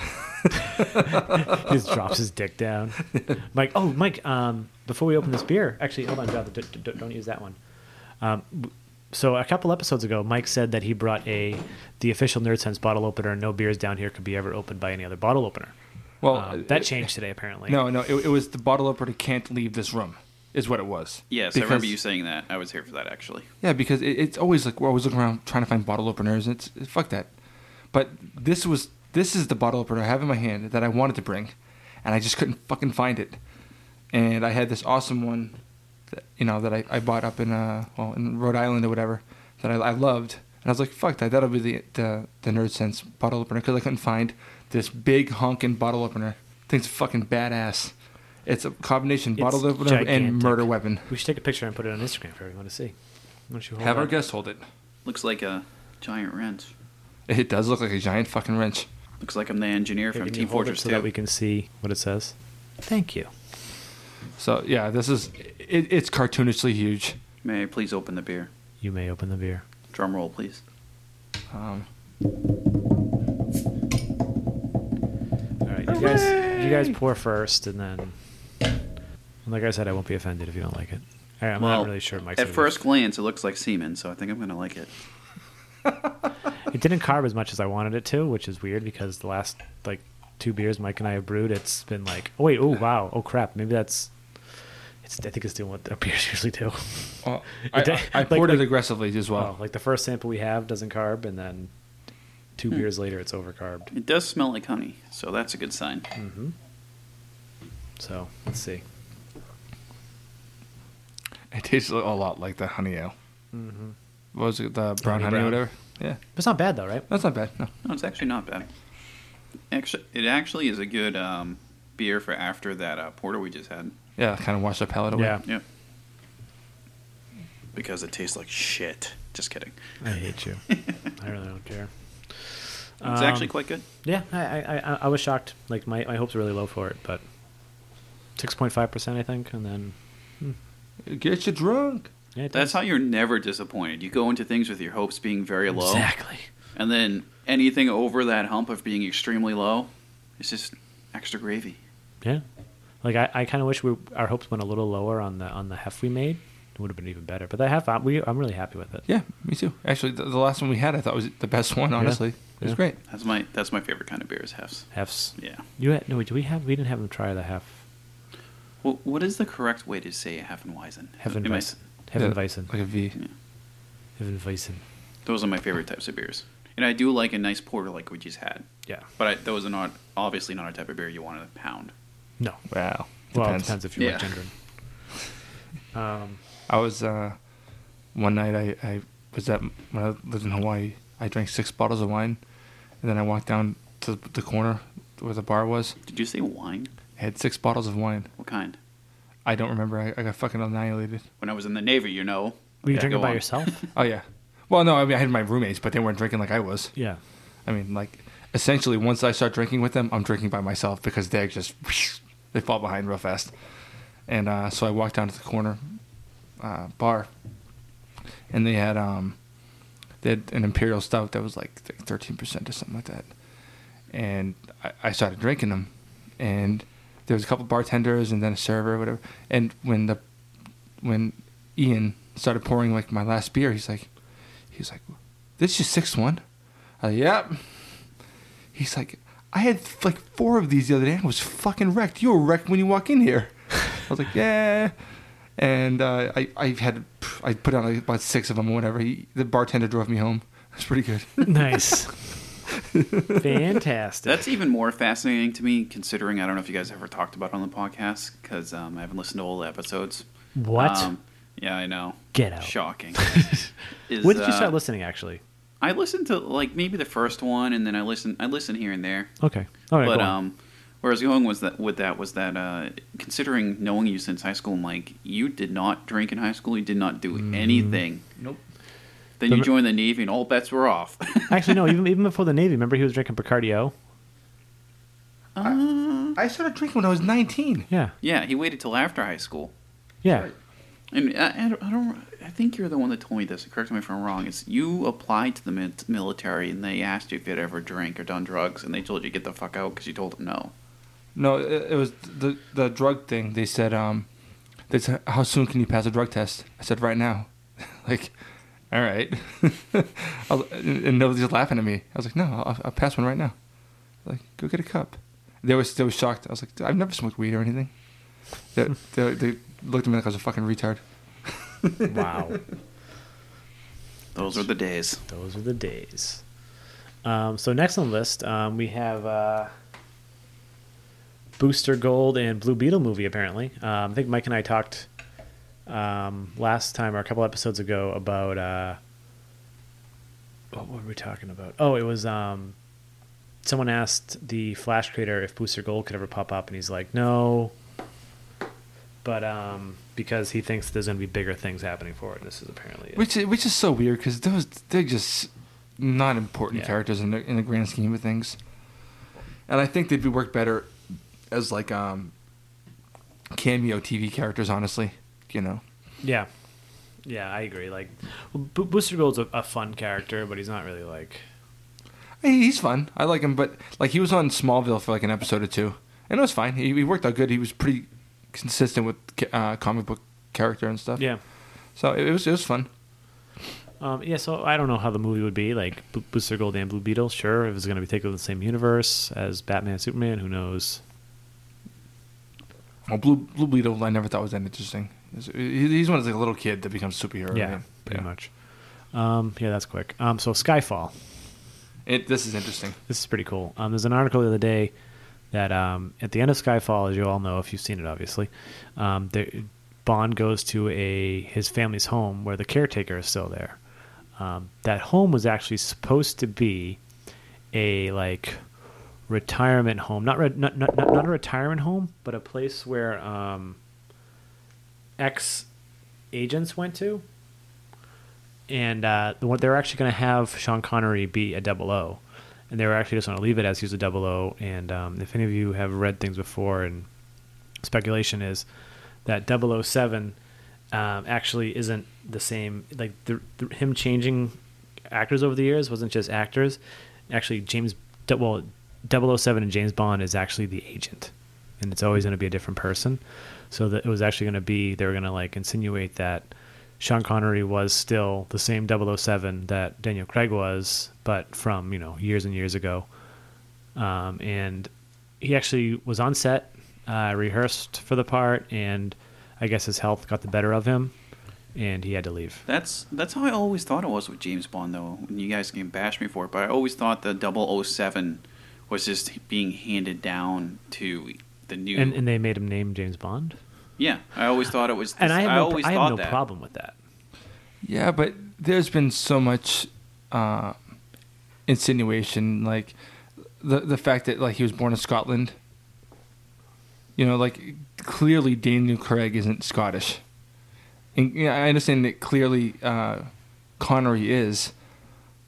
He just drops his dick down. Mike, oh, Mike, um, before we open this beer, actually, hold on, John, d- d- don't use that one. Um, w- so a couple episodes ago, Mike said that he brought a the official Nerd Sense bottle opener, and no beers down here could be ever opened by any other bottle opener. Well, uh, Um, that it- changed today, apparently. No, no, it, it was the bottle opener can't leave this room, is what it was. Yes, I Because- remember you saying that. I was here for that actually. Yeah, because it, it's always like we're always looking around trying to find bottle openers. And it's it- fuck that. But this was this is the bottle opener I have in my hand that I wanted to bring, and I just couldn't fucking find it. And I had this awesome one, that, you know, that I, I bought up in uh well in Rhode Island or whatever that I, I loved, and I was like, fuck that, that'll be the the, the Nerd Sense bottle opener because I couldn't find this big honking bottle opener. Thing's fucking badass. It's a combination It's bottle opener and gigantic. murder weapon. We should take a picture and put it on Instagram for everyone to see. Why don't you hold Have our up? guest hold it. Looks like a giant wrench. It does look like a giant fucking wrench. Looks like I'm the engineer Here, from can you Team hold it Fortress so 2. that we can see what it says. Thank you. So yeah, this is it, it's cartoonishly huge. May I please open the beer? You may open the beer. Drum roll, please. Um, All right, you guys, you guys pour first, and then, and like I said, I won't be offended if you don't like it. All right, I'm Well, not really sure. Mike's At gonna- first glance, it looks like semen, so I think I'm gonna like it. it didn't carb as much as I wanted it to, which is weird because the last like two beers Mike and I have brewed, it's been like, oh wait, oh wow, oh crap, maybe that's. It's, I think it's doing what our beers usually do. oh, I, It- I, I like- poured like- it aggressively as well. Wow, like the first sample we have doesn't carb, and then two Hmm. beers later, it's overcarbed. It does smell like honey, so that's a good sign. Mm-hmm. So let's see. Oh. It tastes a lot like the honey ale. Mm-hmm. What was it, the brown Honey honey, brown. or whatever? Yeah, It's not bad though, right? that's not bad. No, No, it's actually not bad. Actually, it actually is a good um, beer for after that uh, porter we just had. yeah, kind of washed our palate away. Yeah. Yep. Because it tastes like shit. Just kidding. I hate you. I really don't care. It's Um, actually quite good. Yeah, I, I, I, I was shocked. Like my, my hopes were really low for it, but six point five percent, I think, and then Get you drunk. yeah, it That's does. how you're never disappointed. You go into things with your hopes being very low, exactly. and then anything over that hump of being extremely low, it's just extra gravy. Yeah, like I, I kind of wish we our hopes went a little lower on the on the hef we made. It would have been even better, but that hef I- we I'm really happy with it. Yeah, me too. Actually, the, the last one we had, I thought was the best one. Honestly, it was Yeah. great. That's my that's my favorite kind of beer is hefs. Hefs. Yeah. You had, no, wait, do we have? We didn't have them try the hef. Well, what is the correct way to say Heffenweisen? Heaven Am I- Weissen. Heaven Yeah, Weissen. like a V. Heaven Weissen. Those are my favorite types of beers, and I do like a nice porter like we just had. Yeah. But I, those are not obviously not a type of beer you want to pound. No. Wow, Well, it depends if you like Yeah. gender. Um, I was uh, one night I, I was at when I lived in Hawaii. I drank six bottles of wine, and then I walked down to the corner where the bar was. Did you say wine? I had six bottles of wine. What kind? I don't remember. I, I got fucking annihilated. When I was in the Navy, you know. were you Yeah, drinking go by on. yourself? Oh yeah. Well, no, I mean I had my roommates, but they weren't drinking like I was. yeah. I mean, like essentially, once I start drinking with them, I'm drinking by myself because they just they fall behind real fast. And uh, so I walked down to the corner uh, bar, and they had um, They had an imperial stout that was like thirteen percent or something like that, and I, I started drinking them, and there was a couple bartenders and then a server, or whatever. And when the when Ian started pouring like my last beer, he's like, he's like, this is your sixth one. I like, Uh, yep. He's like, I had like four of these the other day. I was fucking wrecked. You were wrecked when you walk in here. I was like, yeah. And uh, I, I had, I put on like about six of them or whatever. He, the bartender drove me home. That's pretty good. Nice. Fantastic. That's even more fascinating to me, considering I don't know if you guys ever talked about it on the podcast because um, I haven't listened to all the episodes. What? Um, yeah, I know. Get out. Shocking. Is, when did uh, you start listening? Actually. I listened to like maybe the first one, and then I listened. I listened here and there. Okay. All right. but go on. um, where I was going was that with that was that uh, considering knowing you since high school, Mike, you did not drink in high school. You did not do Mm. anything. Nope. Then you joined the navy, and all bets were off. Actually, no. Even even before the Navy, remember he was drinking Picardio. I started drinking when I was 19. Yeah. yeah, he waited till after high school. Yeah. And uh, I, I don't- I don't. I think you're the one that told me this. Correct me if I'm wrong. It's you applied to the min- military, and they asked you if you'd ever drank or done drugs, and they told you to get the fuck out because you told them no. No, it, it was the the drug thing. They said, um, they said, how soon can you pass a drug test? I said, right now. like, all right. I was, and and nobody's laughing at me. I was like, no, I'll, I'll pass one right now. Like, go get a cup. They were still shocked. I was like, I've never smoked weed or anything. They, they, they looked at me like I was a fucking retard. Wow. Those were the days. Those were the days. Um, so next on the list, um, we have uh, Booster Gold and Blue Beetle movie. Apparently, um, I think Mike and I talked um, last time or a couple episodes ago about uh, what were we talking about? Oh, it was um, someone asked the Flash creator if Booster Gold could ever pop up, and he's like, no. But um, because he thinks there's going to be bigger things happening for it, and this is apparently it. Which, is- which is so weird because those, they're just not important Yeah. characters in the, in the grand scheme of things. And I think they'd be work better as like um, cameo TV characters, honestly. You know, Yeah, yeah, I agree. Like, Bo- Booster Gold's a, a fun character, but he's not really like. Hey, he's fun. I like him, but like he was on Smallville for like an episode or two, and it was fine. He, he worked out good. He was pretty consistent with uh, comic book character and stuff. Yeah, So it, it was it was fun. um, yeah. So I don't know how the movie would be. Like Bo- Booster Gold and Blue Beetle. Sure, if it's going to be taken in the same universe as Batman, and Superman. Who knows? Well, Blue Blue Beetle, I never thought was that interesting. He's- He's one of like a little kid that becomes superhero. yeah, right? pretty Yeah. much. Um, yeah, that's quick. Um, so Skyfall. It, this is interesting. This is pretty cool. Um, there's an article the other day that um, at the end of Skyfall, as you all know, if you've seen it, obviously, um, there, Bond goes to a his family's home where the caretaker is still there. Um, that home was actually supposed to be a like retirement home, not, re- not, not not not a retirement home, but a place where um, ex agents went to. And uh, the one- they were actually going to have Sean Connery be a double O, and they were actually just going to leave it as he was a double O. And um, if any of you have read things before, and speculation is that 007 um, actually isn't the same. Like the, the, him changing actors over the years wasn't just actors. Actually, James well 007 and James Bond is actually the agent, and it's always going to be a different person. So that it was actually going to be they were going to like insinuate that Sean Connery was still the same 007 that Daniel Craig was, but from you know years and years ago um, and he actually was on set, uh, rehearsed for the part, and I guess his health got the better of him, and he had to leave. That's that's how I always thought it was with James Bond, though. And you guys can bash me for it, but I always thought the 007 was just being handed down to the new. And, and they made him name James Bond, yeah, I always thought it was. and I have no, always I have thought no that. problem with that. Yeah, but there's been so much uh, insinuation, like the the fact that like he was born in Scotland. You know, like clearly Daniel Craig isn't Scottish, and yeah, I understand that clearly uh, Connery is,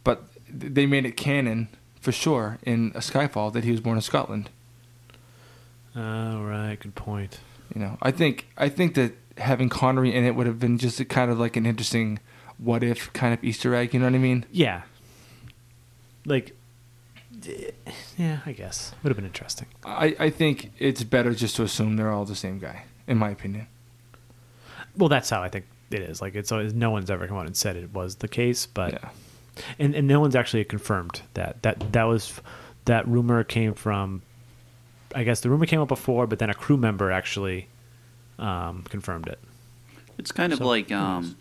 but th- they made it canon for sure in a Skyfall that he was born in Scotland. All Oh, right, good point. You know, I think I think that having Connery in it would have been just a kind of like an interesting what if kind of Easter egg. You know what I mean? Yeah. Like, d- yeah, I guess would have been interesting. I, I think it's better just to assume they're all the same guy, in my opinion. Well, that's how I think it is. Like, it's always, no one's ever come out and said it was the case, but yeah. and and no one's actually confirmed that that that was that rumor came from. I guess the rumor came up before, but then a crew member actually um, confirmed it. It's kind of So- like um,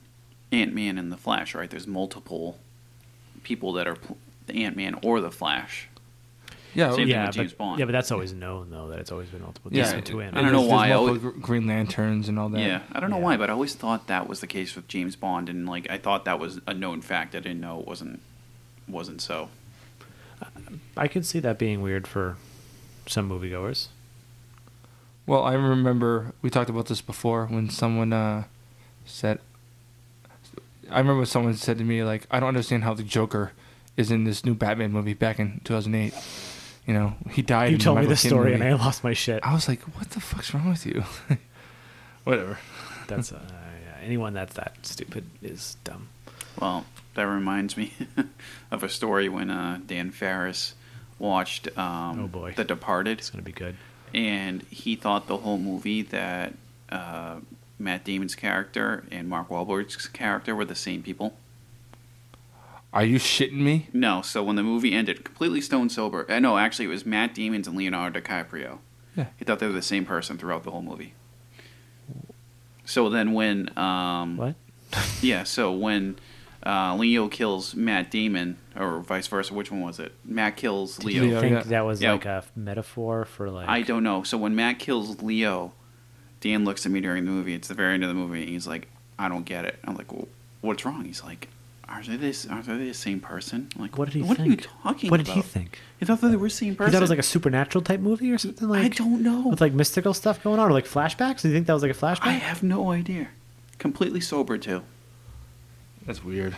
Ant Man and the Flash, right? There's multiple people that are pl- the Ant Man or the Flash. Yeah. Same thing yeah, with James but, Bond. yeah, but that's always known though that it's always been multiple. Yeah, Yeah, it- two in. I don't know There's- why there's I multiple gr- Green Lanterns and all that. Yeah, I don't know Yeah. why, but I always thought that was the case with James Bond, and like I thought that was a known fact. I didn't know it wasn't wasn't so. I could see that being weird for some moviegoers. Well, I remember we talked about this before when someone uh, said. I remember someone said to me like, "I don't understand how the Joker is in this new Batman movie back in 2008." You know, he died. You in the told me Michael this Keaton story and movie. I lost my shit. I was like, "What the fuck's wrong with you?" Whatever. That's uh, yeah, anyone that's that stupid is dumb. Well, that reminds me of a story when uh, Dan Ferris watched um, Oh, boy. The Departed, It's gonna be good. and he thought the whole movie that uh, Matt Damon's character and Mark Wahlberg's character were the same people. Are you shitting me? No, so when the movie ended, completely stone sober. Uh, no, actually, it was Matt Damon's and Leonardo DiCaprio. Yeah. He thought they were the same person throughout the whole movie. So then when. Um, What? Yeah, so when uh, Leo kills Matt Damon, or vice versa, which one was it? Matt kills Do Leo. you Leo, think yeah. that was Yeah. like a metaphor for like? I don't know. So when Matt kills Leo, Dan looks at me during the movie. It's the very end of the movie, and he's like, "I don't get it." I'm like, well, "What's wrong?" He's like, "Are they this? Are they the same person?" I'm like, What did he What think? are you talking What about? did he think? He thought that they were the same He person. thought it was like a supernatural type movie or something like. I don't know. With like mystical stuff going on, or like flashbacks. Do you think that was like a flashback? I have no idea. Completely sober too. That's weird.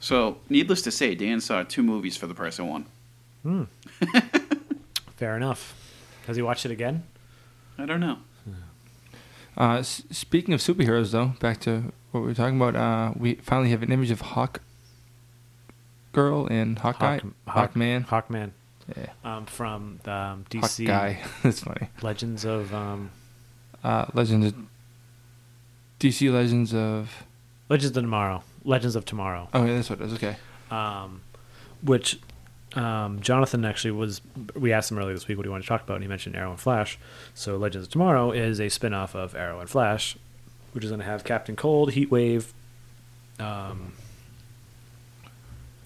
So, needless to say, Dan saw two movies for the price of one. Fair enough. Has he watched it again? I don't know. Uh, s- speaking of superheroes, though, back to what we were talking about, uh, we finally have an image of Hawk Girl and Hawkeye, Hawk- Hawkman, Hawkman. Yeah. Um, from the, um, Hawk DC guy. That's funny. Legends of um, Uh, Legends, of, DC Legends of. Legends of Tomorrow. Legends of Tomorrow. Oh, yeah, that's what it is. Okay. um, which um, Jonathan actually was. We asked him earlier this week what he wanted to talk about, and he mentioned Arrow and Flash. So Legends of Tomorrow is a spin off of Arrow and Flash, which is going to have Captain Cold, Heat Wave, um,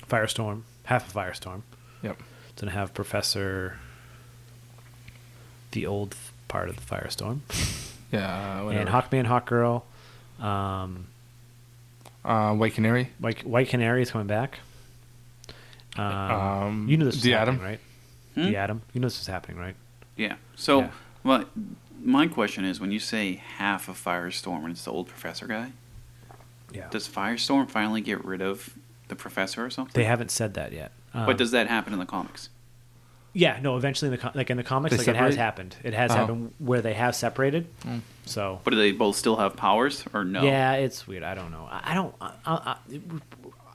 Firestorm, half of Firestorm. Yep. It's going to have Professor, the old part of the Firestorm, Yeah. Uh, whatever. and Hawkman, Hawkgirl. Um, Uh, White Canary. White, White Canary is coming back. Um, Um, you know this is The happening, Atom. right? Hmm? The Atom. You know this is happening, right? Yeah. So, Yeah. well, my question is when you say half of Firestorm and it's the old professor guy, Yeah. does Firestorm finally get rid of the professor or something? they haven't said that yet. Um, but does that happen in the comics? yeah, no. Eventually, in the com- like in the comics, They like it has separate? happened. It has Oh. happened where they have separated. So But do they both still have powers or Hmm. no? yeah, it's weird. I don't know. I, I don't. I, I,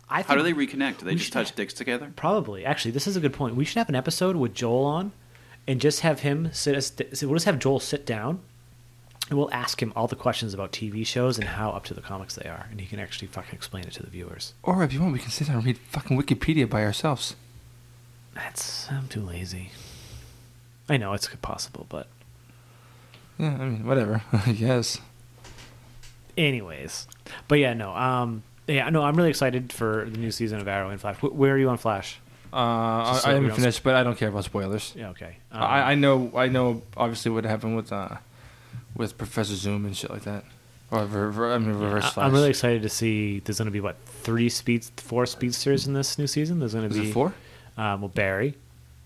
I think How do they reconnect? Do they We just should- touch dicks together? probably actually this is a good point. We should have an episode with Joel on, and just have him sit. Us, so we'll just have Joel sit down, and we'll ask him all the questions about TV shows and how up to the comics they are, and he can actually fucking explain it to the viewers. Or if you want, we can sit down and read fucking Wikipedia by ourselves. That's I'm too lazy. I know it's possible, but Yeah, I mean, whatever. yes. anyways, but yeah, no, um, yeah, no, I'm really excited for the new season of Arrow and Flash. Wh- where are you on Flash? Uh, I, Just so I we haven't don't- finished, but I don't care about spoilers. Yeah, okay. Um, I, I know I know obviously what happened with uh with Professor Zoom and shit like that. Or ver, ver- I mean reverse I- flash. I'm really excited to see. There's going to be what three speeds, four speedsters in this new season. There's going to Is be it four? Um, well, Barry,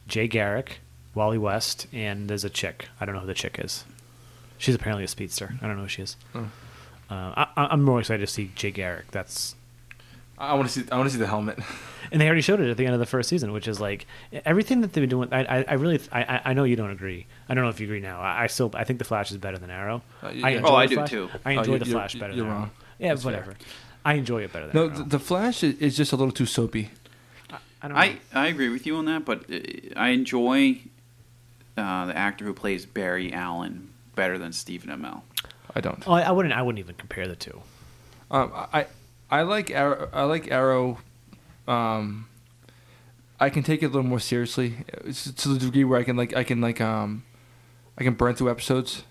Jay Garrick, Wally West, and there's a chick. I don't know who the chick is. She's apparently a speedster. I don't know who she is. Oh. Uh, I, I'm more excited to see Jay Garrick. That's I want to see I want to see the helmet. and they already showed it at the end of the first season, which is like everything that they've been doing. I, I, I really, I- I, I know you don't agree. I don't know if you agree now. I, I still, I think the Flash is better than Arrow. Uh, I yeah. enjoy Oh, I The do Flash- too. I Oh, enjoy you're- the you're- Flash better you're than Arrow. wrong. Yeah, That's fair. whatever. I enjoy it better than No, Arrow. the, the Flash is, is just a little too soapy. I don't know. I, I agree with you on that, but uh, I enjoy uh, the actor who plays Barry Allen better than Stephen Amell. I don't. Oh, I, I wouldn't. I wouldn't even compare the two. Um, I I like Arrow. I like Arrow. Um, I can take it a little more seriously It's to the degree where I can like I can like um, I can burn through episodes.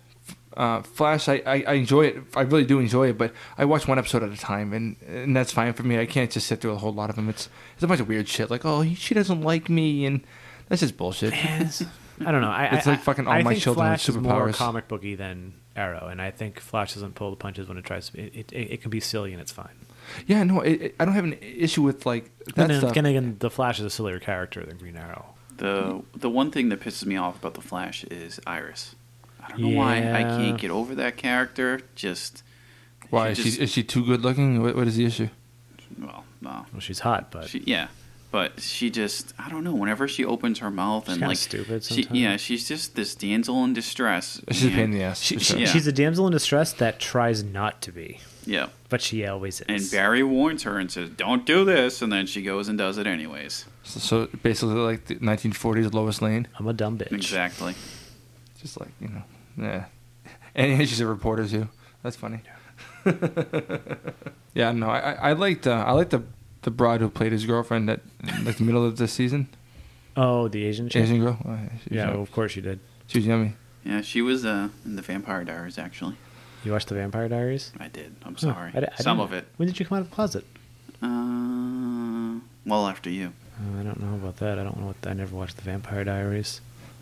Uh, Flash, I, I, I enjoy it. I really do enjoy it, but I watch one episode at a time, and, and that's fine for me. I can't just sit through a whole lot of them. It's it's a bunch of weird shit, like oh he, she doesn't like me, and that's just bullshit. I don't know. I, It's I- like fucking all I my think children with Flash Is more superpowers. comic booky than Arrow, and I think Flash doesn't pull the punches when it tries to. It, it, it, it can be silly and it's fine. Yeah, no, it, it- I don't have an issue with like And that then stuff. again, again, the Flash is a sillier character than Green Arrow. The the one thing that pisses me off about the Flash is Iris. I don't know why I Yeah. can't get over that character. Just Why she is just- she is she too good looking? What, what is the issue? well, no, Well, she's hot, but she, yeah, but she just I don't know. Whenever she opens her mouth She's and kinda like stupid she- sometimes. yeah, she's just this damsel in distress. She's a and- pain in the ass. she, for she- sure. Yeah. she's a damsel in distress that tries not to be, Yeah, but she always and is. Barry warns her and says, "Don't do this," and then she goes and does it anyways. So, so basically, like the 1940s Lois Lane, I'm a dumb bitch. Exactly. just like you know, yeah. And she's a reporter too. That's funny. yeah, no, I I I liked uh, I liked the the broad who played his girlfriend at like the middle of the season. Oh, the Asian chick. Asian girl. Oh, she was Yeah, yum- of course you did. she was yummy. Yeah, she was uh, in the Vampire Diaries. Actually, You watched the Vampire Diaries. I did. I'm sorry. Huh, I di- I Some didn't- of it. When did you come out of the closet? Uh, well, after you, Uh, I don't know about that. I don't know what. I never watched the Vampire Diaries.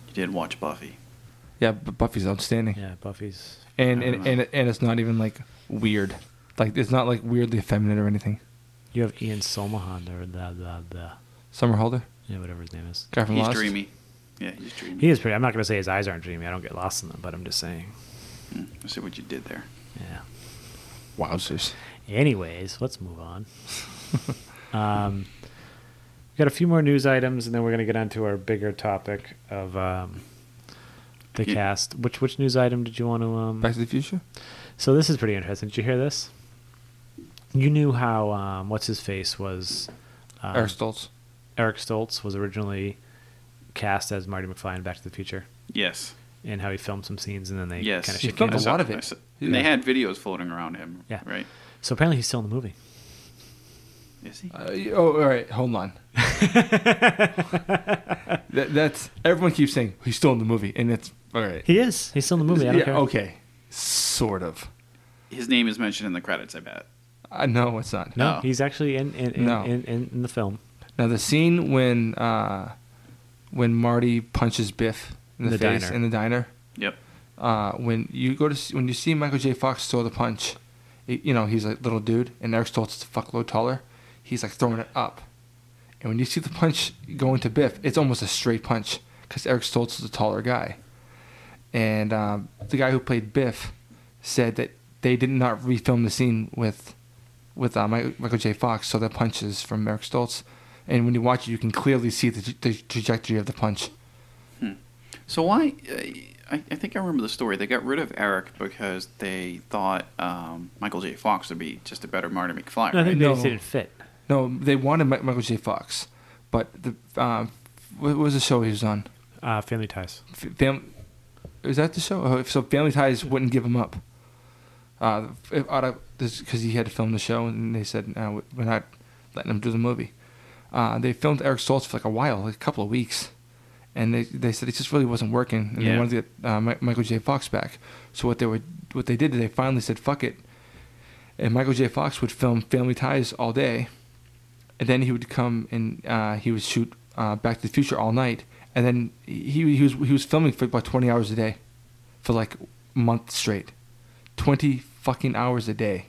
you did watch Buffy. Yeah, but Buffy's outstanding, Yeah, Buffy's. and, I don't and know. and and it's not even like weird. Like it's not like weirdly effeminate or anything. You have Ian Somahan or blah blah blah. Summer Holder, Yeah, whatever his name is. guy from He's Lost. dreamy. Yeah, he's dreamy. He is pretty. I'm not gonna say his eyes aren't dreamy. I don't get lost in them, but I'm just saying. Mm, I see what you did there. Yeah. Wowzers. Anyways, let's move on. um, we got a few more news items, and then we're gonna get on to our bigger topic of um, the Yeah. cast. Which which news item did you want to? Um, Back to the Future. So this is pretty interesting. Did you hear this? You knew how um, what's his face was um, Eric Stoltz. Eric Stoltz was originally cast as Marty McFly in Back to the Future, Yes. and how he filmed some scenes and then they Yes. kind of He shit filmed canned a him. I lot saw- of it. I saw- and Yeah. They had videos floating around him. Yeah. Right. So apparently he's still in the movie. Is he? Uh, oh, all right. Hold on. that, that's everyone keeps saying he's still in the movie, and it's all right. He is. He's still in the movie. I don't yeah, care. okay, sort of. His name is mentioned in the credits. I bet. Uh, no, it's not. No, Oh. he's actually in in in, No. in, in in the film. Now the scene when uh, when Marty punches Biff in the, The face diner. in the diner. Yep. Uh, when you go to see, when you see Michael J. Fox throw the punch, it, you know he's a little dude, and Eric Stoltz is a fuckload taller. He's like throwing it up, and when you see the punch going to Biff, it's almost a straight punch because Eric Stoltz is a taller guy, and um, the guy who played Biff said that they did not refilm the scene with with uh, Mi- Michael J. Fox, so the punch is from Eric Stoltz, and when you watch it, you can clearly see the, the trajectory of the punch. So why? I, I think I remember the story. They got rid of Eric because they thought um, Michael J. Fox would be just a better Marty McFly. No, I Right? think No. they just didn't fit. No, they wanted Mi- Michael J. Fox, but the um, what was the show he was on? Uh, family ties. F- Fam- was that the show? Oh, so Family Ties wouldn't give him up. Uh, if- out of because he had to film the show, and they said no, we're not letting him do the movie. Uh, they filmed Eric Stoltz for like a while, like a couple of weeks, and they they said it just really wasn't working, and Yeah. they wanted to get uh, Mi- Michael J. Fox back. So what they were what they did, is they finally said fuck it, and Michael J. Fox would film Family Ties all day, and then he would come and uh, he would shoot uh, Back to the Future all night, and then he he was he was filming for about twenty hours a day, for like a month straight, twenty fucking hours a day.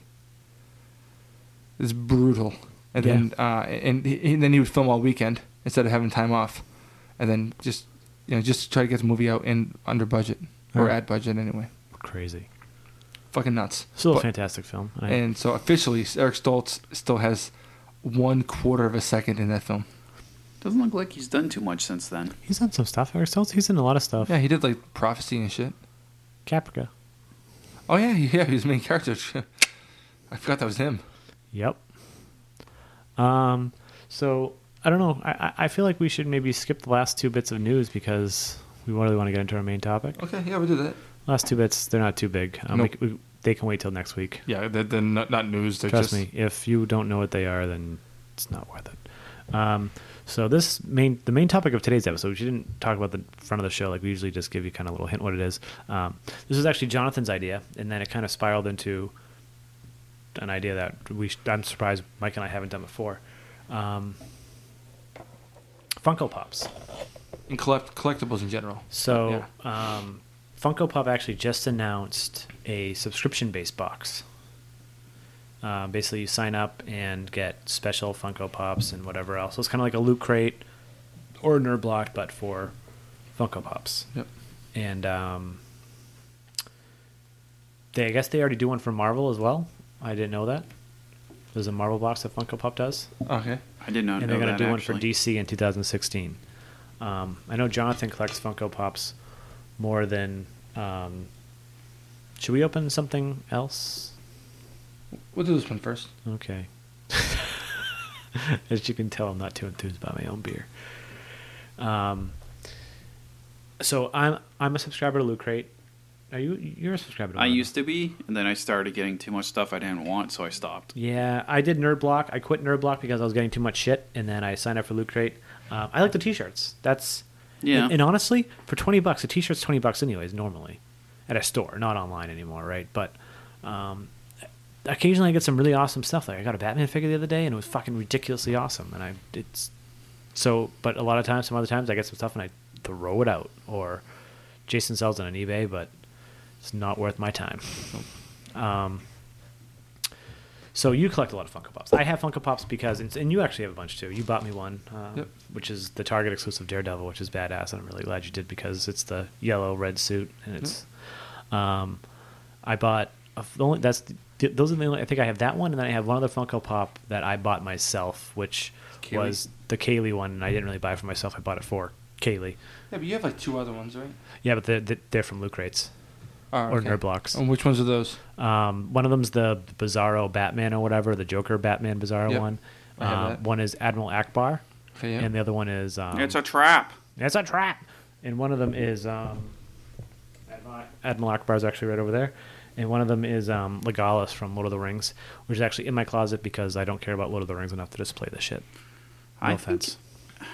It's brutal, and then uh, and, he, and then he would film all weekend instead of having time off, and then just you know just try to get the movie out in under budget or Alright. at budget anyway. Crazy. Fucking nuts. Still a But- fantastic film. I- and so officially, Eric Stoltz still has one quarter of a second in that film. Doesn't look like he's done too much since then. he's done some stuff. Eric Stoltz. He's in a lot of stuff. Yeah, he did like prophecy and shit. Caprica. Oh yeah, he- yeah, he was the main character. I forgot that was him. Yep. Um, so I don't know. I- I, I feel like we should maybe skip the last two bits of news because we really want to get into our main topic. Okay, yeah, we'll do that. Last two bits, they're not too big. Um, Nope. we, we, they can wait till next week. Yeah, they're, they're not, not news. They're Trust just, me, if you don't know what they are, then it's not worth it. Um, so this main, the main topic of today's episode, which you didn't talk about the front of the show, like we usually just give you kind of a little hint what it is. Um, this was actually Jonathan's idea, and then it kind of spiraled into an idea that we. sh- I'm surprised Mike and I haven't done before. Um, Funko Pops. and collect collectibles in general. So um, Funko Pop actually just announced a subscription-based box. Uh, basically, you sign up and get special Funko Pops and whatever else. So it's kind of like a loot crate or a nerd block, but for Funko Pops. Yep. And um, they, I guess they already do one for Marvel as well. I didn't know that. There's a Marvel box that Funko Pop does Okay. I did not and know they're going that, to do actually. one for DC in 2016. Um, I know Jonathan collects Funko Pops more than. Um, should we open something else? We'll do this one first. Okay. As you can tell, I'm not too enthused by my own beer. Um, so I'm I'm a subscriber to Loot Crate. Are you? You're a subscriber. to I one, used to be, and then I started getting too much stuff I didn't want, so I stopped. Yeah, I did Nerd Block. I quit Nerd Block because I was getting too much shit, and then I signed up for Loot Crate. Um, I like the T-shirts. That's Yeah. And, and honestly, for twenty bucks, a T-shirt's twenty bucks anyways, normally, at a store, not online anymore, right? But um, occasionally, I get some really awesome stuff. Like I got a Batman figure the other day, and it was fucking ridiculously awesome. And I it's so, but a lot of times, some other times, I get some stuff and I throw it out, or Jason sells it on eBay, but it's not worth my time. Um, so you collect a lot of Funko Pops. I have Funko Pops because, and, and you actually have a bunch too. You bought me one, um, Yep. which is the Target exclusive Daredevil, which is badass, and I'm really glad you did because it's the yellow red suit, and it's. Um, I bought a, the only that's th- those are the only I think I have that one, and then I have one other Funko Pop that I bought myself, which Kaylee? was the Kaylee one, and I didn't really buy it for myself. I bought it for Kaylee. Yeah, but you have like two other ones, right? Yeah, but they're, they're- they're from Loot Crates. Oh, Or nerd blocks. And which ones are those? Um, one of them's the Bizarro Batman or whatever, the Joker Batman Bizarro Yep. one. I have Um, that. one is Admiral Akbar, Okay, yeah. and the other one is um, it's a trap. it's a trap. And one of them is um, Admiral- Admiral Akbar is actually right over there, and one of them is um, Legolas from Lord of the Rings, which is actually in my closet because I don't care about Lord of the Rings enough to display this shit. No I offense. Think,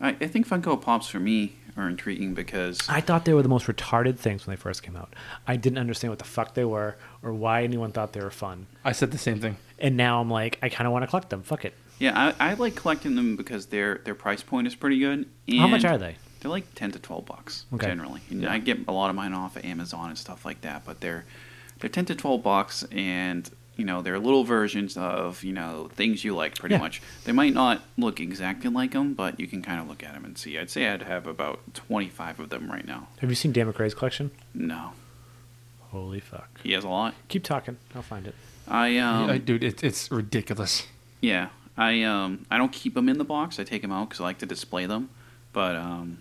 I, I think Funko Pops for me are intriguing because I thought they were the most retarded things when they first came out. I didn't understand what the fuck they were or why anyone thought they were fun. I said the same thing. And now I'm like, I kind of want to collect them. Fuck it. yeah, I, I like collecting them because their their price point is pretty good. And How much are they? They're like ten to twelve bucks Okay. generally. And I get a lot of mine off of Amazon and stuff like that, but they're they're ten to twelve bucks, and you know they're little versions of you know things you like pretty Yeah. much. They might not look exactly like them, but you can kind of look at them and see. I'd say I'd have about twenty five of them right now. Have you seen Dan McRae's collection? No, Holy fuck. he has a lot. Keep talking. I'll find it. I um, I, dude, it, it's ridiculous. Yeah, I um I don't keep them in the box. I take them out because I like to display them. But um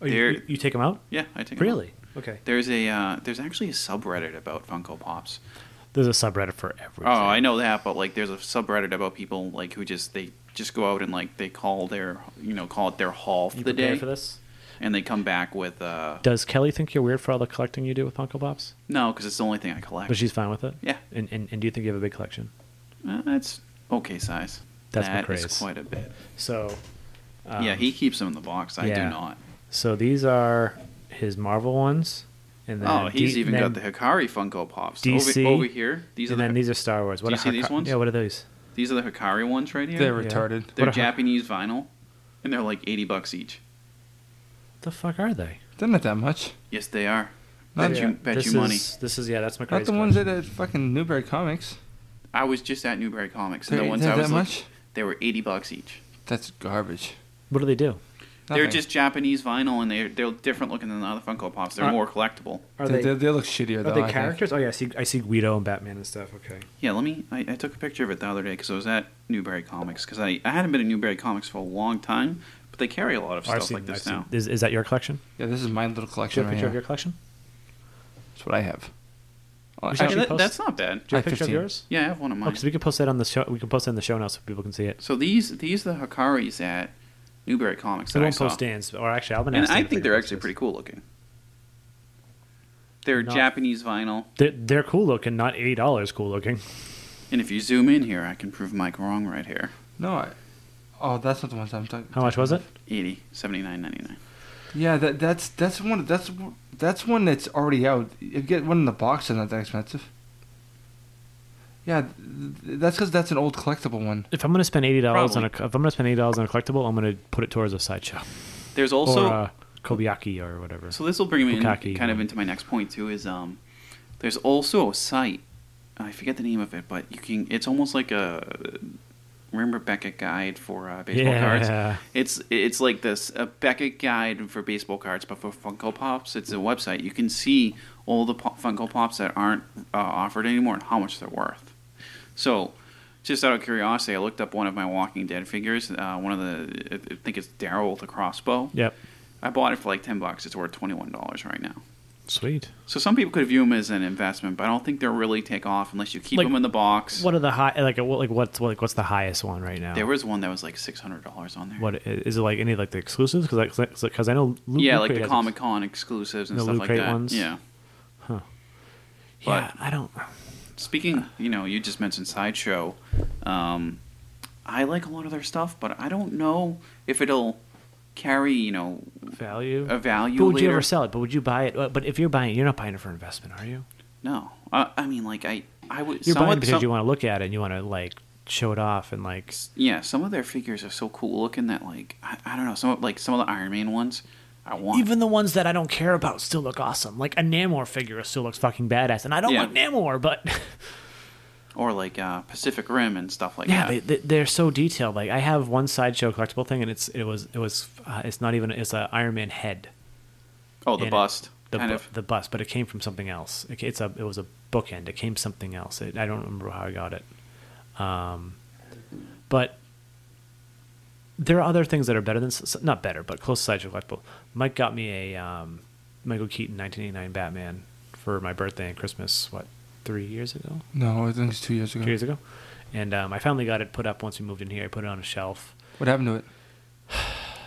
Oh, you, There- you, you take them out? yeah, I take 'em out. Really? Okay. There's a uh, there's actually a subreddit about Funko Pops. There's a subreddit for everything. Oh, I know that, but like there's a subreddit about people like who just they just go out and like they call their you know call it their haul for You the prepare day, for this? and they come back with uh Does Kelly think you're weird for all the collecting you do with Funko Pops? no because it's the only thing I collect. But she's fine with it? Yeah. And, and, and do you think you have a big collection? Uh, that's okay size. That's That is McRae's. quite a bit. So, yeah, he keeps them in the box. I yeah. do not. so these are his Marvel ones. And then Oh, he's D- even then- got the Hikari Funko Pops DC, over, over here. These are and the then these are Star Wars. What Do are you see these ones? Yeah, what are these? These are the Hikari ones right here. They're Yeah. retarded. They're what a- Japanese vinyl, and they're like eighty bucks each. What the fuck are they? They're not that much. Yes, they are. Not Bet yet. you, bet this you is, money. This is, yeah, that's Not McRae's the ones collection. that are at fucking Newberry Comics. I was just at Newberry Comics, and They're, the ones they're I that was looking, much? they were eighty bucks each. That's garbage. What do they do? Nothing. They're just Japanese vinyl, and they're they're different looking than the other Funko Pops. They're Are- more collectible. Are they, they, they, they look shittier though. are they I think. characters? Oh, yeah, I see, I see Guido and Batman and stuff. Okay. Yeah, let me. I, I took a picture of it the other day because I was at Newberry Comics because I, I hadn't been at Newberry Comics for a long time, but they carry a lot of I've stuff seen- like I've this seen- now. Is, is that your collection? Yeah, this is my little Do you collection have a right picture of your here. collection? That's what I have. Oh, I- should Yeah, actually that- post- that's not bad. Do you I have a picture have of 15. yours? Yeah, I have one of Oh, mine. 'cause we can post that on the show. We can post that in the show now so people can see it. So these these are the Hikaris at Newberry Comics So that we I won't saw, post Dan's, or actually, I've been and asking I if think they they're post actually his. pretty cool looking. They're Not- Japanese vinyl, They're, they're cool looking, not eighty dollars cool looking. and if you zoom in here, I can prove Mike wrong right here. No, I, oh, that's not the one I'm talking. How much was it? 80, 79, 99. Yeah, that that's that's one that's that's one that's already out. If you get one in the box, it's not that expensive. Yeah, th- th- that's because that's an old collectible one. If I'm gonna spend eighty dollars on a, if Probably. I'm gonna spend eighty dollars on a collectible, I'm gonna put it towards a sideshow There's also or uh, Kobayaki or whatever. So this will bring me in, Bukkake. kind of into my next point too. Is um, there's also a site. I forget the name of it, but you can. It's almost like a remember Beckett guide for uh, baseball Yeah. cards. It's it's like this a Beckett guide for baseball cards, but for Funko Pops, it's a website. You can see all the po- Funko Pops that aren't uh, offered anymore and how much they're worth. So, just out of curiosity, I looked up one of my Walking Dead figures. Uh, one of the I- I think it's Daryl with the crossbow. Yep. I bought it for like ten bucks. It's worth twenty one dollars right now. Sweet. So some people could view them as an investment, but I don't think they'll really take off unless you keep Like, them in the box. What are the high like what like what's like what's the highest one right now? There was one that was like six hundred dollars on there. what is it like any like the exclusives because because I know Loot, yeah, Loot like Crate the has Comic Con exclusives and The stuff Loot like Crate that. ones? Yeah. ex- yeah I don't Speaking, you know, you just mentioned sideshow. Um, I like a lot of their stuff, but I don't know if it'll carry, you know, value a value But would you later. ever sell it? But would you buy it? Uh, But if you're buying, it, you're not buying it for investment, are you? no, I, I mean, like I, I would. You're some buying it of- because some- you want to look at it and you want to like show it off and like Yeah, some of their figures are so cool looking that like I, I don't know some like some of the Iron Man ones I want. even the ones that I don't care about still look awesome. Like a Namor figure still looks fucking badass, and I don't Yeah. like Namor, but or like uh, Pacific Rim and stuff like yeah, that. They, they, they're so detailed. Like I have one sideshow collectible thing, and it's it was it was uh, it's not even it's a Iron Man head, oh, the and it- bust the kind bu- of. the bust, but it came from something else. It, it's a it was a bookend. It came something else. It, I don't remember how I got it, um, but. There are other things that are better than s- not better, but close to sideshow collectible. Mike got me a um, Michael Keaton 1989 Batman for my birthday and Christmas. What three years ago? No, I think it's two years ago. two years ago, and uh, my family got it put up once we moved in here. I put it on a shelf. What happened to it?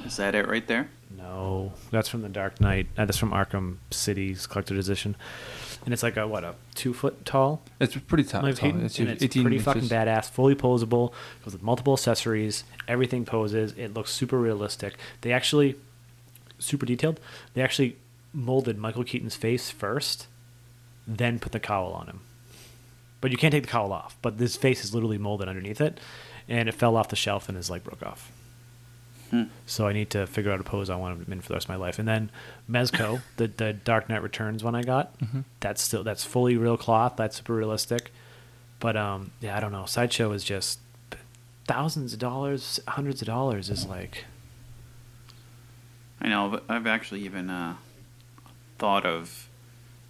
Is that it right there? No, that's from the Dark Knight. Uh, that's from Arkham City's collector's edition, and it's like a what a two foot tall. It's pretty tough. Michael Keaton, It's and it's 18 pretty inches. fucking badass. Fully posable, comes with multiple accessories. Everything poses. It looks super realistic. They actually super detailed. They actually molded Michael Keaton's face first, then put the cowl on him. But you can't take the cowl off. But this face is literally molded underneath it, and it fell off the shelf and his leg broke off. Hmm. So I need to figure out a pose I want him in for the rest of my life. And then Mezco, the the Dark Knight Returns one I got, that's still that's fully real cloth. That's super realistic. But um, yeah, I don't know. Sideshow is just thousands of dollars, hundreds of dollars is like I know. But I've actually even uh, thought of,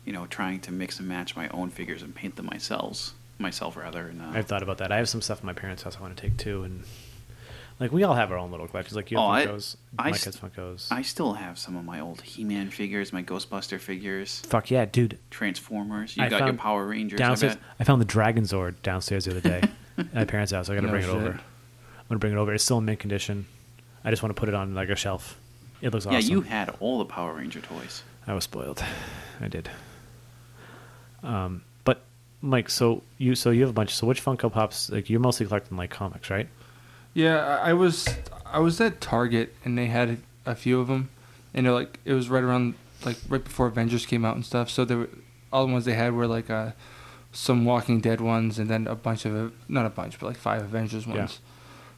you know, trying to mix and match my own figures and paint them myself, myself rather. And uh, I've thought about that. I have some stuff in my parents' house I want to take too, and like we all have our own little collections. Like you have Oh, I- Funkos, I Mike st- has Funkos. I still have some of my old He-Man figures, my Ghostbuster figures, Fuck yeah, dude! Transformers. You I got your found Power Rangers. I Downstairs, bet. I found the Dragon Zord downstairs the other day at my parents' house. I got to No bring it shit. over. I'm gonna bring it over. It's still in mint condition. I just want to put it on like a shelf. It looks awesome. Yeah, you had all the Power Ranger toys. I was spoiled. I did. Um, but Mike, so you so you have a bunch. So which Funko Pops? Like you're mostly collecting like comics, right? Yeah, I, I was I was at Target and they had a few of them, and they're like it was right around like right before Avengers came out and stuff. So they were all the ones they had were like uh, some Walking Dead ones, and then a bunch of not a bunch, but like five Avengers Yeah. ones.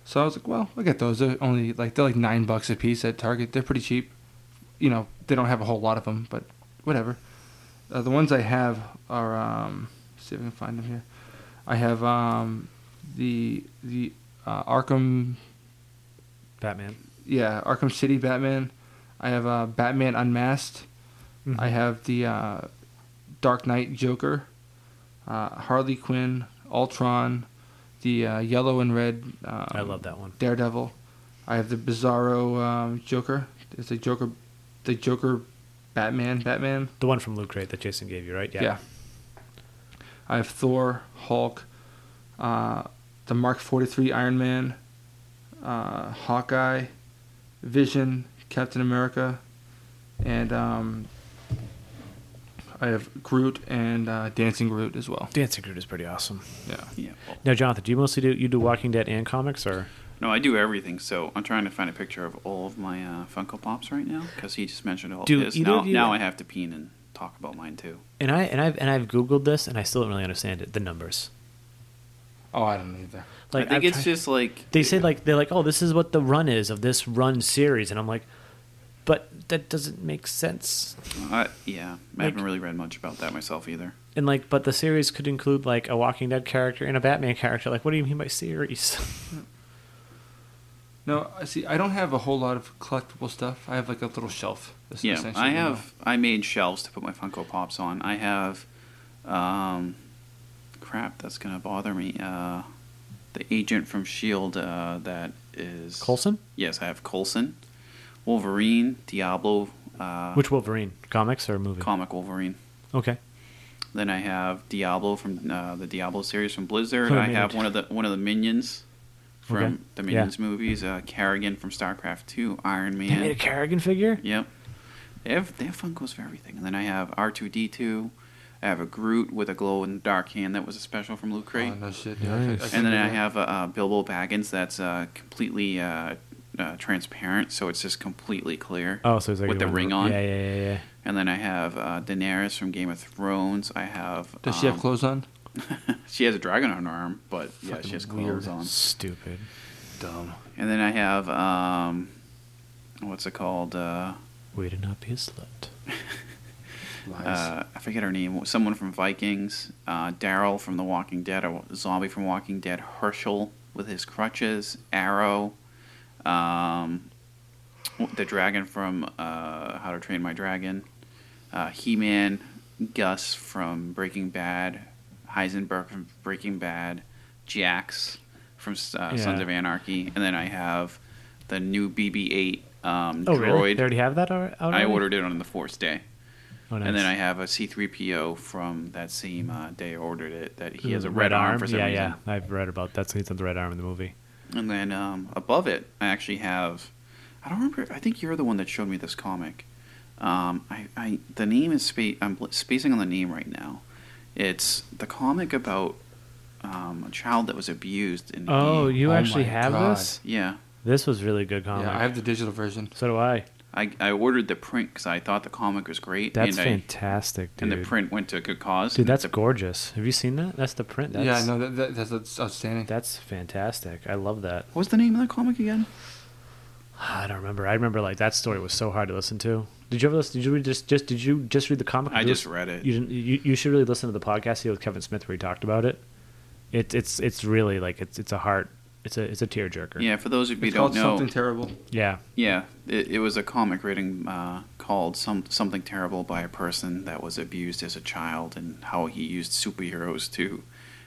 So I was like, well, I'll get those. They're only like they're like nine bucks a piece at Target. They're pretty cheap. You know, they don't have a whole lot of them, but whatever. Uh, the ones I have are um, let's see if I can find them here. I have um, the the uh, Arkham, Batman. yeah, Arkham City Batman. I have uh, Batman Unmasked. Mm-hmm. I have the uh, Dark Knight Joker, uh, Harley Quinn, Ultron, the uh, yellow and red. Um, I love that one. Daredevil. I have the Bizarro um, Joker. It's a Joker, the Joker, Batman, Batman. The one from Loot Crate that Jason gave you, right? Yeah. I have Thor, Hulk, uh, the Mark 43 Iron Man, uh, Hawkeye, Vision, Captain America, and um, I have Groot and uh, Dancing Groot as well. Dancing Groot is pretty awesome. Yeah. Yeah. Well, Now, Jonathan, do you mostly do you do Walking Dead and comics, or no, I do everything. So I'm trying to find a picture of all of my uh, Funko Pops right now because he just mentioned all Do his. either Now, of you- now I have to peen and talk about mine too. and I and I've and I've googled this and I still don't really understand it. The numbers, Oh, I don't either. like I think I've it's tried- just like they say like they're like oh this is what the run is of this run series, and I'm like, but that doesn't make sense. I, Uh, yeah, I Like- haven't really read much about that myself either. And like, but the series could include like a Walking Dead character and a Batman character. Like, what do you mean by series? No, I see. I don't have a whole lot of collectible stuff. I have like a little shelf. es- Yeah, essentially, I you know. have. I made shelves to put my Funko Pops on. I have, um, crap, that's gonna bother me. Uh, the agent from Shield uh, that is Coulson? Yes, I have Colson, Wolverine, Diablo, uh, Which Wolverine? Comics or movie? comic Wolverine. okay. Then I have Diablo from uh, the Diablo series from Blizzard. From I have Minions. one of the one of the minions from Okay. the Yeah. Minions movies. Uh, Carrigan from StarCraft Two. Iron Man. They made a Kerrigan figure. Yep. They have they have Funkos for everything. And then I have R two D two. I have a Groot with a glow in the dark hand that was a special from Loot Crate. Oh, no shit. yeah, I can- I Nice. can and then do I that. have a, uh Bilbo Baggins that's uh, completely uh, uh, transparent, so it's just completely clear. Oh, so it's like with the one- ring on. Yeah, yeah, yeah, yeah. And then I have uh, Daenerys from Game of Thrones. I have. Does she have um, clothes on? She has a dragon on her arm, but yeah, Fucking she has weird. clothes on. Stupid. Dumb. And then I have um, what's it called? Uh, Way to not be a slut. uh, I forget her name. Someone from Vikings, uh, Daryl from The Walking Dead, a zombie from Walking Dead, Herschel with his crutches, Arrow, um, the dragon from uh, How to Train My Dragon, uh, He Man, Gus from Breaking Bad, Heisenberg from Breaking Bad, Jax from uh, Sons of Anarchy, and then I have the new BB-8 um, Oh, droid. really? They already have that al- out I already? ordered it on the fourth day. Oh, And then I nice. have a C3PO from that same uh, day I ordered it that he Ooh, has a red, arm. for some yeah, reason. yeah. I've read about that. So he's on the red arm in the movie. And then um, above it, I actually have. I don't remember. I think you're the one that showed me this comic. Um, I, I the name is spa- I'm bl- spacing on the name right now. It's the comic about um, a child that was abused. In Oh, you Oh actually my have God. this? yeah. This was really good comic. Yeah, I have the digital version. so do I. I, I ordered the print because I thought the comic was great. That's and I- fantastic, dude. And the print went to a good cause. Dude, and that's the- gorgeous. Have you seen that? That's the print. That's, yeah, no, that, that, that's, that's outstanding. That's fantastic. I love that. What was the name of the comic again? I don't remember. I remember like that story was so hard to listen to. Did you ever listen? Did you read just just did you just read the comic? I You just lis- read it. You didn't. You, you should really listen to the podcast here with Kevin Smith where he talked about it. It it's it's really like it's it's a heart. It's a it's a tearjerker. Yeah, for those of you it's who don't called know, something terrible. Yeah. yeah, it, it was a comic written uh, called Some, "Something Terrible" by a person that was abused as a child, and how he used superheroes to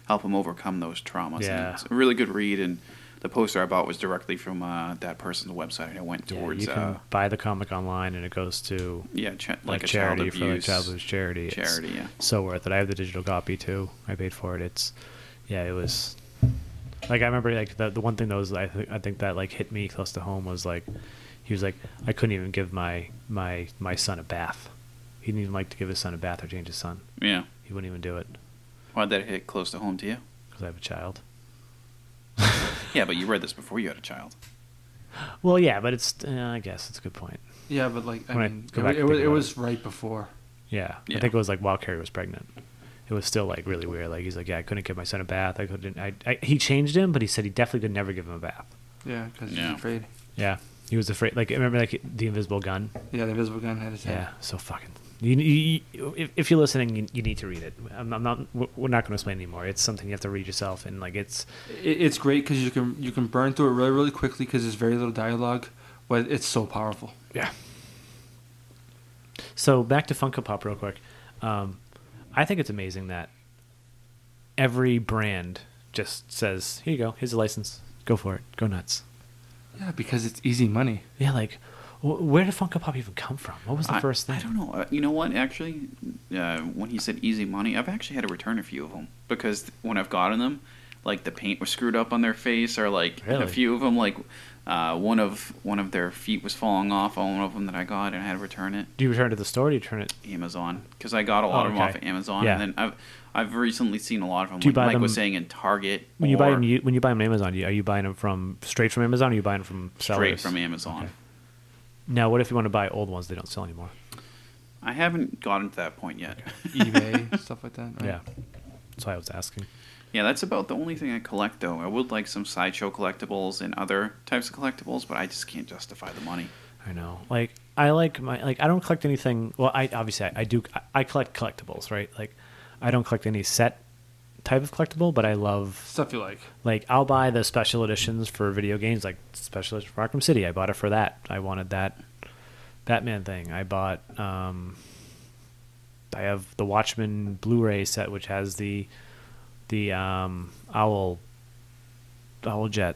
help him overcome those traumas. Yeah. And it's a really good read, and the poster I bought was directly from uh, that person's website, and it went Yeah, towards you yeah, can uh, buy the comic online and it goes to yeah cha- a like a charity child abuse. for like child abuse charity. It's Charity, yeah. So worth it. I have the digital copy too. I paid for it. It's yeah, it was like I remember like the the one thing that was I think I think that like hit me close to home was like he was like I couldn't even give my my my son a bath. He didn't even like to give his son a bath or change his son. Yeah, He wouldn't even do it why'd that hit close to home to you? because I have a child. Yeah, but you read this before you had a child. Well, yeah, but it's uh, I guess it's a good point. Yeah, but like, I When I mean, go it, back it and was, think it about was right before. Yeah. Yeah. I think it was like while Carrie was pregnant. It was still like really weird. Like he's like, yeah, I couldn't give my son a bath. I couldn't. I, I he changed him, but he said he definitely could never give him a bath. Yeah, because Yeah. he's afraid. Yeah, he was afraid. Like remember, like the Invisible Gun. Yeah, the invisible gun had his Yeah, head. so fucking. You, you, you- if, if you're listening, you, you need to read it. I'm, I'm not. We're we're not going to explain anymore. It's something you have to read yourself, and like it's. It, it's great because you can you can burn through it really really quickly because there's very little dialogue, but it's so powerful. Yeah. So back to Funko Pop real quick. Um, I think it's amazing that every brand just says, "Here you go. Here's a license. Go for it. Go nuts." Yeah, because it's easy money. Yeah, like Wh- Where did Funko Pop even come from? What was the I- first thing? I don't know. Uh, You know what? Actually, uh, when he said easy money, I've actually had to return a few of them because th- when I've gotten them, like the paint was screwed up on their face, or like Really? a few of them, like uh, one of one of their feet was falling off on one of them that I got, and I had to return it Do you return it to the store? Or do you return it? Amazon because I got a lot Oh, of them off okay. of Amazon, Yeah. and then I've I've recently seen a lot of them. Do you like buy Mike was them- saying in Target When you buy or them, you, when you buy them on Amazon, you- are you buying them from straight from Amazon? Or you buying them from straight sellers? from Amazon. Okay. Now, what if you want to buy old ones they don't sell anymore? I haven't gotten to that point yet. eBay stuff like that. right? Yeah, that's why I was asking. Yeah, that's about the only thing I collect, though. I would like some sideshow collectibles and other types of collectibles, but I just can't justify the money. I know. Like I like my like I don't collect anything. Well, I obviously I, I do. I, I collect collectibles, right? Like I don't collect any set type of collectible, but I love Stuff you like. like I'll buy the special editions for video games, like special edition for Arkham City. I bought it for that. I wanted that Batman thing. I bought. um I have the Watchmen Blu-ray set, which has the the um owl owl jet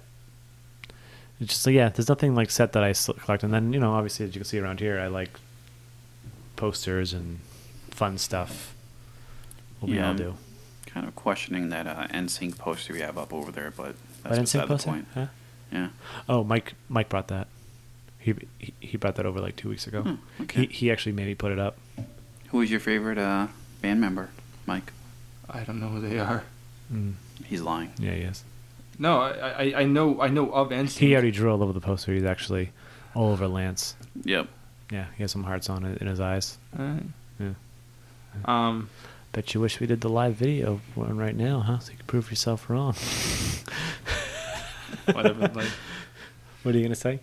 it's just like yeah, there's nothing like set that I s- collect, and then you know, obviously, as you can see around here, I like posters and fun stuff. What we Yeah. all do. Kind of questioning that uh, NSYNC poster we have up over there, but that's But NSYNC beside poster? the point. Huh? Yeah. Oh, Mike, Mike brought that. He he- he brought that over like two weeks ago. Hmm, okay. He he actually made me put it up. Who is your favorite uh, band member, Mike? I don't know who they are. Mm, He's lying. yeah, he is. No, I, I, I know I know of NSYNC. He already drew all over the poster. He's actually all over Lance. Yep. Yeah, he has some hearts on it in his eyes. Alright. Yeah. Um, Bet you wish we did the live video one right now, huh? So you could prove yourself wrong. whatever. like, What are you gonna say?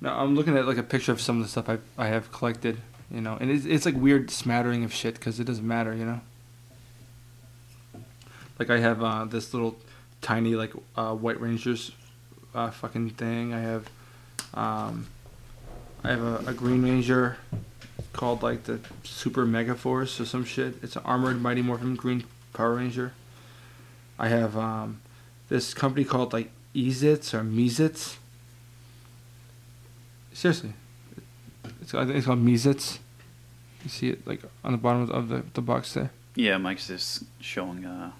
no, I'm looking at like a picture of some of the stuff I I have collected. You know, and it's it's like weird smattering of shit because it doesn't matter. You know. Like I have uh, this little tiny like uh, White Rangers uh, fucking thing. I have um, I have a, a Green Ranger called like the Super Mega Force or some shit. It's an armored Mighty Morphin Green Power Ranger. I have um, this company called like Ezits or Mezits. Seriously, it's I think it's called Mezits. You see it like on the bottom of the, the box there. Yeah, Mike's just showing uh,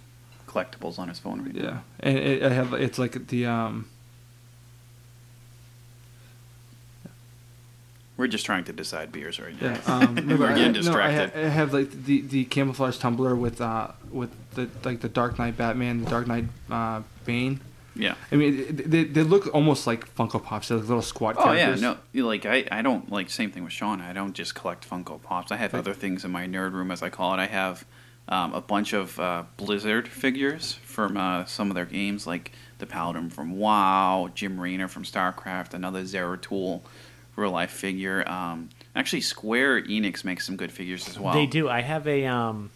collectibles on his phone right now. Yeah, and it, I have it's like the um We're just trying to decide beers right now. yeah um remember, We're I- getting no, I, ha- distracted. I have like the the camouflage tumbler with uh with the like the Dark Knight Batman, the Dark Knight uh Bane. Yeah. I mean they they look almost like Funko Pops. They're like little squad Oh yeah, characters. no, you- like I, I don't like same thing with Sean. I don't just collect Funko Pops. I have Right. other things in my nerd room, as I call it. I have um, a bunch of uh, Blizzard figures from uh, some of their games, like the Paladin from WoW, Jim Raynor from StarCraft, another Zeratul real life figure. Um, actually, Square Enix makes some good figures as well. They do. I have a um,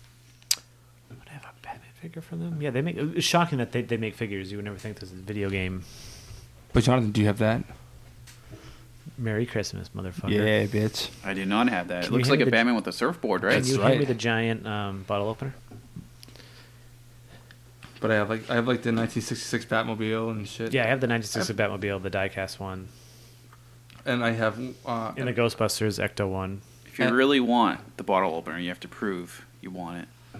what I have a Batman figure from them. Yeah, they make. It's shocking that they, they make figures. You would never think this is a video game. But Jonathan, do you have that? Merry Christmas, motherfucker. Yeah, bitch. I do not have Can that. It you looks hand like me a the- Batman with a surfboard, Can right? you That's hand me right. the giant um, bottle opener? But I have like I have like the 1966 Batmobile and shit. Yeah, I have the '96 Batmobile, the diecast one, And I have uh and the Ghostbusters Ecto one. If you Uh, really want the bottle opener, you have to prove you want it.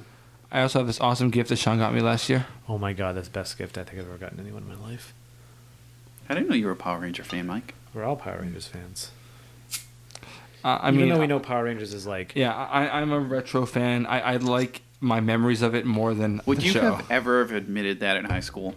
I also have this awesome gift that Sean got me last year. Oh my god, that's the best gift I think I've ever gotten anyone in my life. I didn't know you were a Power Ranger fan, Mike. We're all Power Rangers fans. Uh, I Even mean, though we know Power Rangers is like, Yeah, I, I'm a retro fan. I, I like my memories of it more than Would the you show. have ever have admitted that in high school?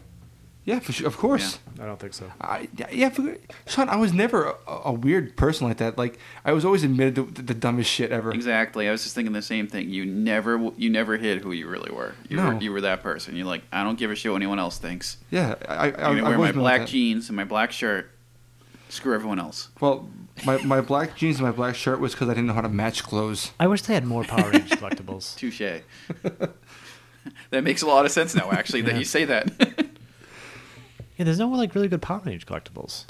yeah, for sure, of course. I don't think so. I, yeah, for, Sean, I was never a, a weird person like that. Like I was always admitted to the dumbest shit ever. Exactly. I was just thinking the same thing. You never, you never hid who you really were. You No. were, you were that person. You're like, I don't give a shit what anyone else thinks. Yeah, I, I, I, I'm gonna I've wear always my been black like that. jeans and my black shirt. Screw everyone else. Well, my, my black jeans and my black shirt was because I didn't know how to match clothes. I wish they had more Power Rangers collectibles. Touche. that makes a lot of sense now. Actually, that Yeah. you say that. Yeah, there's no like really good Power Ranger collectibles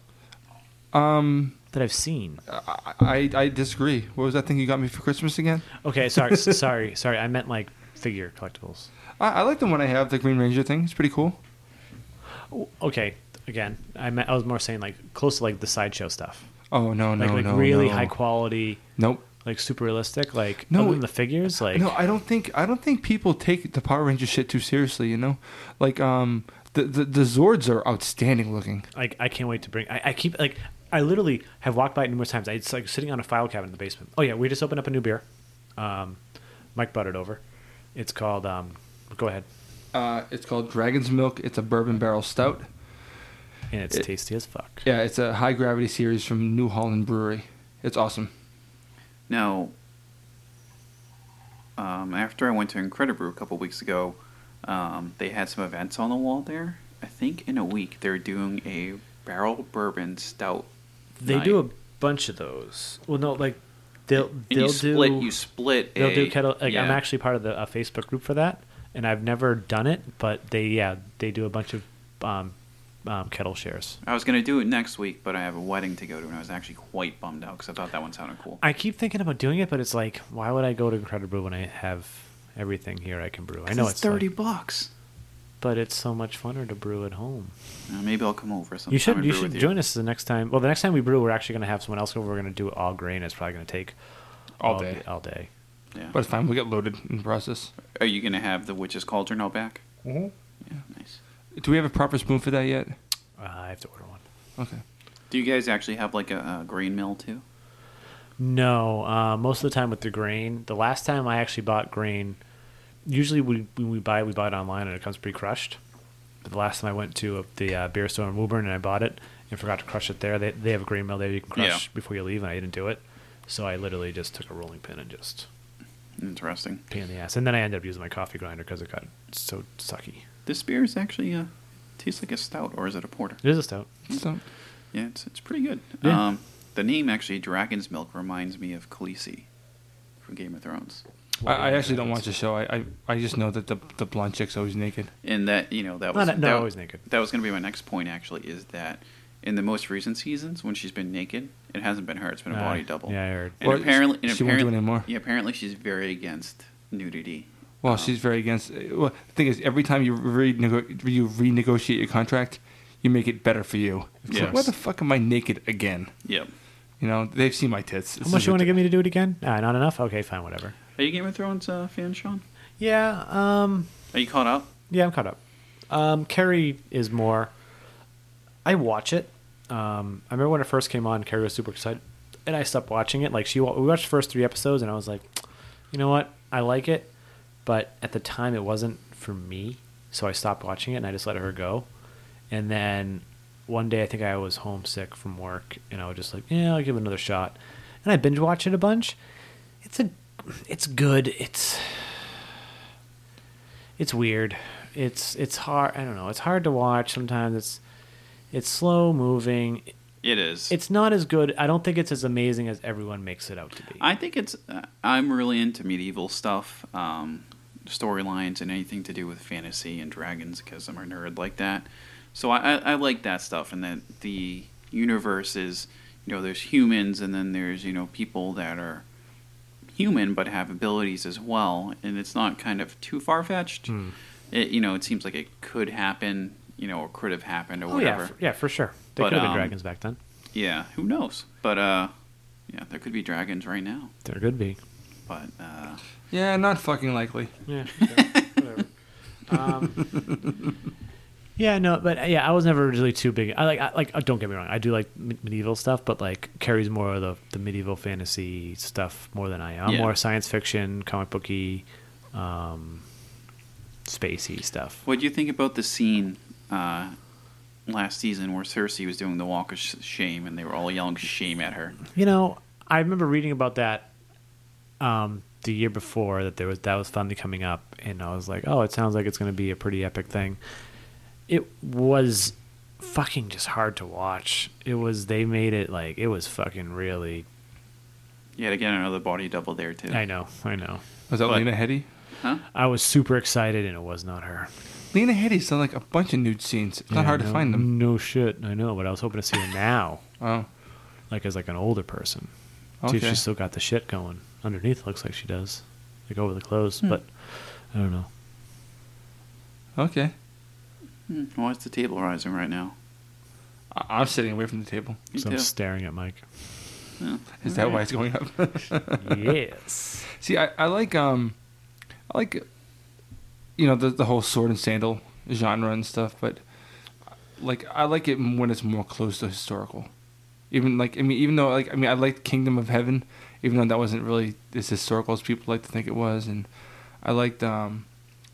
Um, that I've seen. I, I, I disagree. What was that thing you got me for Christmas again? Okay, sorry, s- sorry, sorry. I meant like figure collectibles. I, I like the one I have, the Green Ranger thing. It's pretty cool. Oh, Okay, again, I meant, I was more saying like close to like the sideshow stuff. Oh no, no, like like no, really no. high quality, Nope. like super realistic. Like No, other than it- the figures, like no, I don't think I don't think people take the Power Ranger shit too seriously. You know, like um, the the, the Zords are outstanding looking. like I can't wait to bring. I, I keep like I literally have walked by it numerous times. I, it's like sitting on a file cabinet in the basement. Oh yeah, we just opened up a new beer. Um, Mike brought it over. It's called. Um, go ahead, Uh, it's called Dragon's Milk. It's a bourbon barrel stout. and it's It- tasty as fuck. Yeah, it's a high gravity series from New Holland Brewery. It's awesome. Now, um, after I went to Incredibrew a couple weeks ago, um, they had some events on the wall there. I think in a week they're doing a barrel bourbon stout. They night. do a bunch of those. Well, no, like they'll And they'll you split. do you split. they'll a, do kettle. Like, I'm yeah. actually part of the uh, Facebook group for that, and I've never done it, but they yeah they do a bunch of um, um, kettle shares. I was gonna do it next week, but I have a wedding to go to, and I was actually quite bummed out because I thought that one sounded cool. I keep thinking about doing it, but it's like, why would I go to Incredibrew when I have everything here I can brew? I 'Cause know it's, it's thirty like- bucks. but it's so much funner to brew at home. Uh, maybe I'll come over sometime. you should and you brew should with join us the next time. Well, the next time we brew, we're actually going to have someone else over. We're going to do it all grain. It's probably going to take All day. all day. Yeah. But it's fine. We'll get loaded in the process. Are you gonna have the witch's cauldron all back? Mm-hmm. Mhm. Yeah, nice. Do we have a proper spoon for that yet? Uh, I have to order one. Okay. Do you guys actually have like a, a grain mill too? No, uh, most of the time with the grain. The last time I actually bought grain, usually we, when we buy, we buy it online and it comes pre-crushed. But the last time I went to a, the uh, beer store in Woburn and I bought it and forgot to crush it there, they, they have a grain mill there you can crush Yeah. before you leave, and I didn't do it. So I literally just took a rolling pin and just Interesting. pain in the ass. And then I ended up using my coffee grinder because it got so sucky. This beer is actually uh, tastes like a stout, or is it a porter? It is a stout. So, Yeah, it's it's pretty good. Yeah. Um, the name actually, Dragon's Milk, reminds me of Khaleesi from Game of Thrones, I, I actually don't watch the show. I, I, I just know that the the blonde chick's always naked. and that you know that Not, was not that, always naked. That was going to be my next point. Actually, is that in the most recent seasons when she's been naked, it hasn't been her; it's been a Uh, body double. Yeah, I heard. And Well, apparently, and she won't do apparently, it anymore. Yeah, apparently she's very against nudity. Well, Um, she's very against. Well, the thing is, every time you renego- you renegotiate your contract, you make it better for you. It's Yeah. like, why the fuck am I naked again? Yep. You know, they've seen my tits. How much you want to give me to do it again? Ah, not enough? Okay, fine, whatever. Are you Game of Thrones uh, fan, Sean? Yeah, um... Are you caught up? Yeah, I'm caught up. Um, Carrie is more. I watch it. Um, I remember when it first came on, Carrie was super excited, and I stopped watching it. Like she, wa- we watched the first three episodes, and I was like, you know what, I like it, but at the time it wasn't for me, so I stopped watching it, and I just let her go. And then one day, I think I was homesick from work, and I was just like, yeah, I'll give it another shot, and I binge watched it a bunch. It's a, it's good. It's it's weird. It's it's hard. I don't know. It's hard to watch sometimes. It's it's slow moving. It is. It's not as good. I don't think it's as amazing as everyone makes it out to be. I think it's. Uh, I'm really into medieval stuff, um, storylines, and anything to do with fantasy and dragons because I'm a nerd like that. So I, I, I like that stuff, and that the universe is, you know, there's humans, and then there's you know people that are human but have abilities as well, and it's not kind of too far fetched. Hmm. It you know it seems like it could happen, you know, or could have happened or oh whatever. yeah, for, yeah, for sure. They But, could have been um, dragons back then. yeah, who knows? But uh, yeah, there could be dragons right now, There could be. but. Uh, Yeah, not fucking likely. Yeah. Whatever. Um, yeah, no, but uh, yeah, I was never really too big. I like, I, like, uh, don't get me wrong, I do like me- medieval stuff, but like Carrie's more of the, the medieval fantasy stuff more than I am. I'm Yeah. more science fiction, comic booky, um, spacey stuff. What do you think about the scene uh, last season where Cersei was doing the walk of sh- shame and they were all yelling shame at her? You know, I remember reading about that um, the year before that there was that was finally coming up, and I was like, oh, it sounds like it's going to be a pretty epic thing. It was fucking just hard to watch. It was they made it like it was fucking really. Yet again, another body double there too. I know, I know. Was that But- Lena Headey? Huh? I was super excited, and it was not her. Lena Headey's done like a bunch of nude scenes. It's Yeah, not hard no- to find them. No shit, I know. But I was hoping to see her now, Oh, like as like an older person. See if okay. she's still got the shit going underneath. Looks like she does, like over the clothes. Hmm. But I don't know. Okay. Hmm, Why is the table rising right now? I- I'm sitting away from the table. Me So I'm too. staring at Mike. Yeah. Is that why it's going up? yes. See, I, I like um, I like, you know, the the whole sword and sandal genre and stuff, but like I like it when it's more close to historical. Even like I mean, even though like I mean, I liked Kingdom of Heaven, even though that wasn't really as historical as people like to think it was, and I liked um,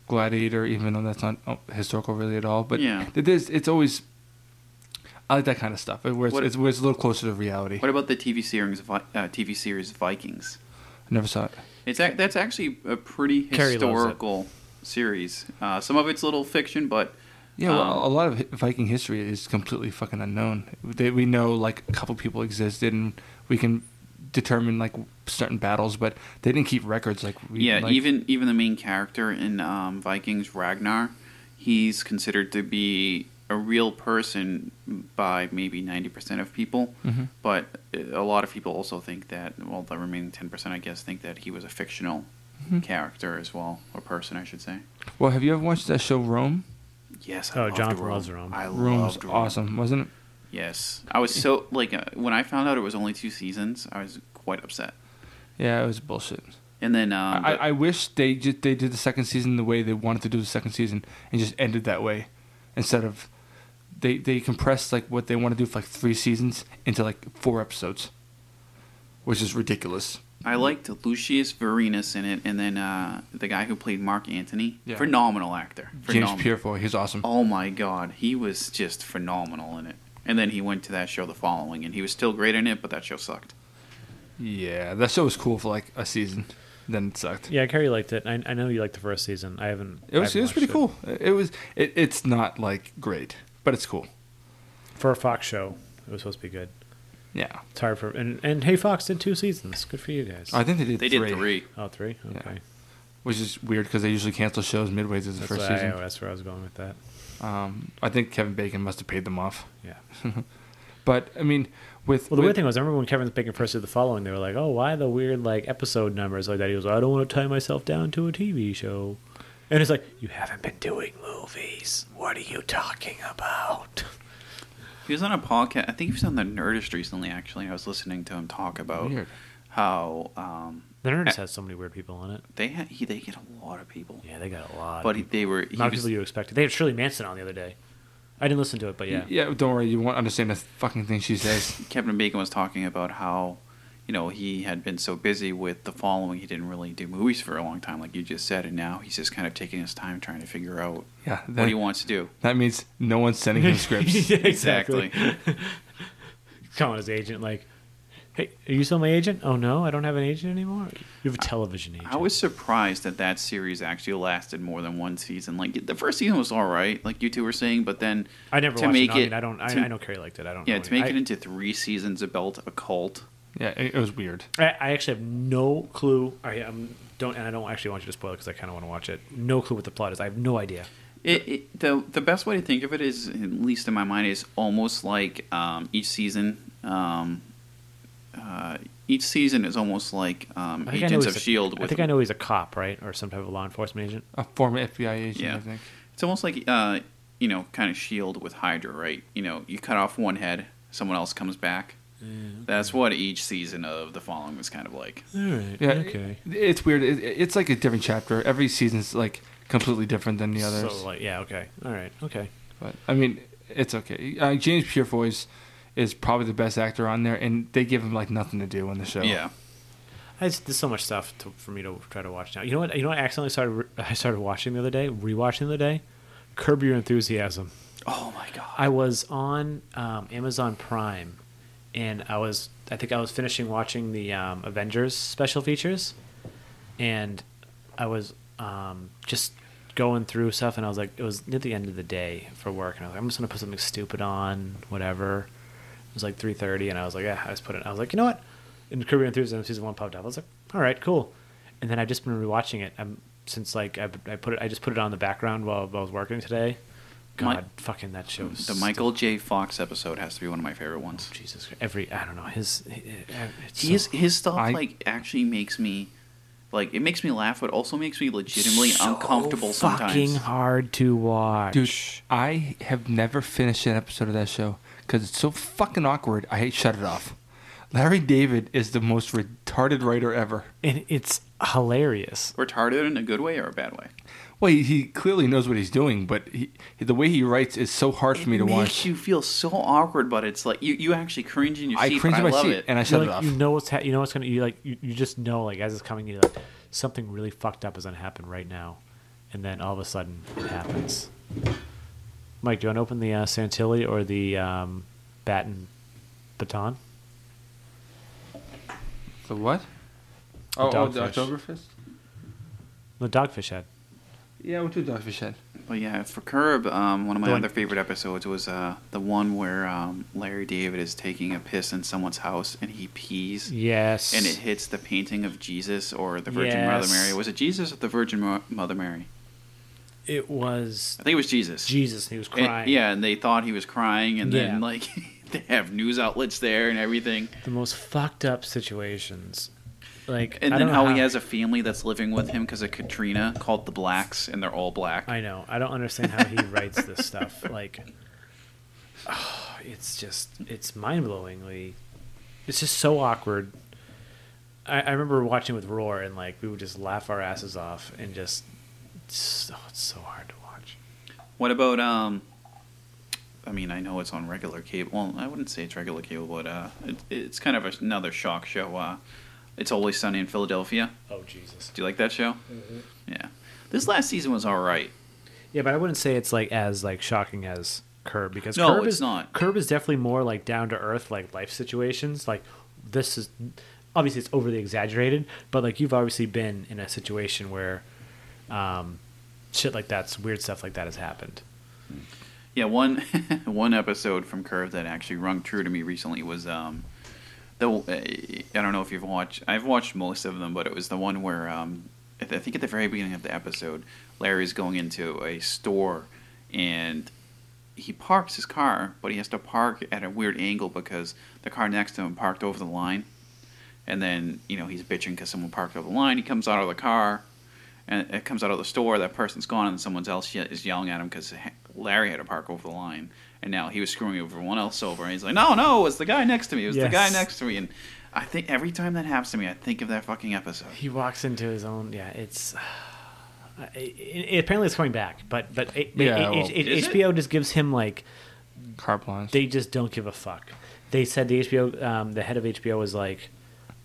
Gladiator, even though that's not uh, historical really at all. But Yeah. it is, it's always. I like that kind of stuff, where it's, What- it's, where it's a little closer to reality. What about the TV series Vi- uh, TV series Vikings? I never saw it. It's ac that's actually a pretty Carrie loves it. historical series. Uh, some of it's a little fiction, but Yeah, well, Um, a lot of hi- Viking history is completely fucking unknown. They, we know like a couple people existed, and we can determine like certain battles, but they didn't keep records. Like we, yeah, like- even even the main character in um, Vikings, Ragnar, he's considered to be a real person by maybe ninety percent of people, Mhm. but uh, a lot of people also think that. Well, the remaining ten percent, I guess, think that he was a fictional character as well, or person, I should say. Well, have you ever watched that show Rome? Yes, I Oh, loved Jonathan Rome. loves Rome. I Rome was loved Rome. awesome, wasn't it? Yes, I was so like uh, when I found out it was only two seasons, I was quite upset. Yeah, it was bullshit. And then um, I, the- I wish they just, they did the second season the way they wanted to do the second season and just ended that way, instead of they they compressed like what they want to do for like three seasons into like four episodes, which is ridiculous. I liked Lucius Varinus in it, and then uh, the guy who played Mark Antony, Yeah. phenomenal actor. Phenomenal. James Purefoy, he's awesome. Oh my God, he was just phenomenal in it. And then he went to that show the following, and he was still great in it, but that show sucked. Yeah, that show was cool for like a season. Then it sucked. Yeah, Carrie liked it. I, I know you liked the first season. I haven't. It was I haven't it was pretty watched cool. It was it, it's not like great, but it's cool. for a Fox show. It was supposed to be good. Yeah, It's hard for and and Hey Fox did two seasons. Good for you guys. I think they did They three, did three. oh, three. Okay, which is weird because they usually cancel shows midway through the that's, first why- season. oh, that's where I was going with that. Um, I think Kevin Bacon must have paid them off. Yeah. But I mean, with Well, the weird with- thing was, I remember when Kevin Bacon first did the following, they were like, "Oh, why the weird like episode numbers like that?" He was, "I don't want to tie myself down to a TV show," and it's like, "You haven't been doing movies. What are you talking about?" He was on a podcast. I think he was on the Nerdist recently, actually. I was listening to him talk oh, about Weird. how um, The Nerdist has so many weird people on it. they ha- he, they get a lot of people, Yeah, they got a lot. but But he, they were he not was- people you expected. They had Shirley Manson on the other day. I didn't listen to it, but yeah, yeah, don't worry, you won't understand a fucking thing she says. Kevin Bacon was talking about how, you know, he had been so busy with the following, he didn't really do movies for a long time, like you just said, and now he's just kind of taking his time trying to figure out yeah, what that, he wants to do. that means no one's sending him scripts. Yeah, He's calling his agent like, "Hey, are you still my agent? Oh no, I don't have an agent anymore. You have a television agent. I was surprised that that series actually lasted more than one season. Like the first season was all right, like you two were saying, but then I never to watched make it. I it- mean, I don't. I, to- I know Carrie liked it. Oh, I don't. yeah, know to make any- it into three seasons about a cult. Yeah, it, it was weird. I, I actually have no clue. I um, don't, and I don't actually want you to spoil it because I kind of want to watch it. No clue what the plot is. I have no idea. It, it, the the best way to think of it is, at least in my mind, is almost like um, each season. Um, uh, each season is almost like um, I think I know Agents he's of a- Shield. I With, think I know he's a cop, right, or some type of law enforcement agent. A former FBI agent, Yeah. I think. It's almost like uh, you know, kind of Shield E with Hydra, right? You know, you cut off one head, someone else comes back. Mm-hmm. That's what each season of the following was kind of like. All right. Yeah, okay. it- it's weird. It, it- it's like a different chapter. Every season's like completely different than the others. So like, yeah. Okay. All right. Okay. but I mean, it's okay. Uh, James Purefoy is, is probably the best actor on there, and they give him like nothing to do on the show. Yeah, I just, there's so much stuff to, for me to try to watch now. You know what? You know what? I accidentally started. Re- I started watching the other day, rewatching the other day. Curb Your Enthusiasm. Oh my god. I was on um, Amazon Prime, and I was I think I was finishing watching the um, Avengers special features, and I was um, just going through stuff, and I was like, it was near the end of the day for work, and I was like, I'm just gonna put something stupid on, whatever. It was like 3:30, and I was like, yeah, I just put it. I was like, you know what? And Kirby Enthusiasm season one popped up. I was like, all right, cool. And then I've just been rewatching it. i since like I, I put it, I just put it on the background while, while I was working today. My- God, fucking that show. The Michael J. Fox episode has to be one of my favorite ones. Jesus, Christ. every I don't know his. uh, It's His his stuff I- like actually makes me like it makes me laugh, but also makes me legitimately uncomfortable fucking sometimes. hard to watch. Dude, I have never finished an episode of that show because it's so fucking awkward. I shut it off. Larry David is the most retarded writer ever. And it's hilarious. Retarded in a good way or a bad way? Well, he, he clearly knows what he's doing, but he, the way he writes is so hard for me to makes watch. you feel so awkward, but it's like you, you actually cringe in your I seat. cringe but in I my love seat it. and I shut You're it like, off. you know what's ha- you know what's gonna you like you, you just know like as it's coming you're like something really fucked up is gonna happen right now, and then all of a sudden it happens. Mike, do you want to open the uh, Santilli or the um, baton baton? the what? Oh, oh the Dogfish. Oktoberfest? The dogfish head. Yeah, I went to Dogfish Head. But yeah, for Curb, um, one of my The one- other favorite episodes was uh, the one where um, Larry David is taking a piss in someone's house and he pees. Yes. And it hits the painting of Jesus or the Virgin Mother Yes. Mary. Was it Jesus or the Virgin Mo- Mother Mary? it was I think it was Jesus. Jesus. He was And- crying. yeah, and they thought he was crying, and Yeah. then like they have news outlets there and everything. The most fucked up situations. Like And I then don't know how, he has a family that's living with him because of Katrina called the Blacks, and they're all black. I know. I don't understand how he writes this stuff. Like, oh, it's just, it's mind blowingly, it's just so awkward. I, I remember watching with Roar and like we would just laugh our asses off and just, it's, oh, it's so hard to watch. What about um? I mean, I know it's on regular cable. Well, I wouldn't say it's regular cable, but uh, it, it's kind of another shock show. Uh, it's always sunny in Philadelphia. Oh Jesus. Do you like that show? Mm-hmm. Yeah. This last season was all right. Yeah, but I wouldn't say it's like as like shocking as Curb because No, Curb it's is not. Curb is definitely more like down to earth like life situations. Like this is obviously it's overly exaggerated, but like you've obviously been in a situation where um, shit like that's weird stuff like that has happened. Yeah, one one episode from Curve that actually rung true to me recently was um, the uh, I don't know if you've watched. I've watched most of them, but it was the one where um, I th- I think at the very beginning of the episode, Larry's going into a store and he parks his car, but he has to park at a weird angle because the car next to him parked over the line. And then you know he's bitching because someone parked over the line. He comes out of the car, and it comes out of the store. That person's gone, and someone else ye- is yelling at him because Larry had to park over the line, and now he was screwing everyone else over. And he's like, "No, no, it was the guy next to me. It was the guy Yes. next to me." And I think every time that happens to me, I think of that fucking episode. He walks into his own. Yeah, it's. I it, apparently it's coming back, but but it, Yeah, it- well, it- it- is it? HBO just gives him like Car blanche. they just don't give a fuck. They said the HBO, um, the head of HBO was like,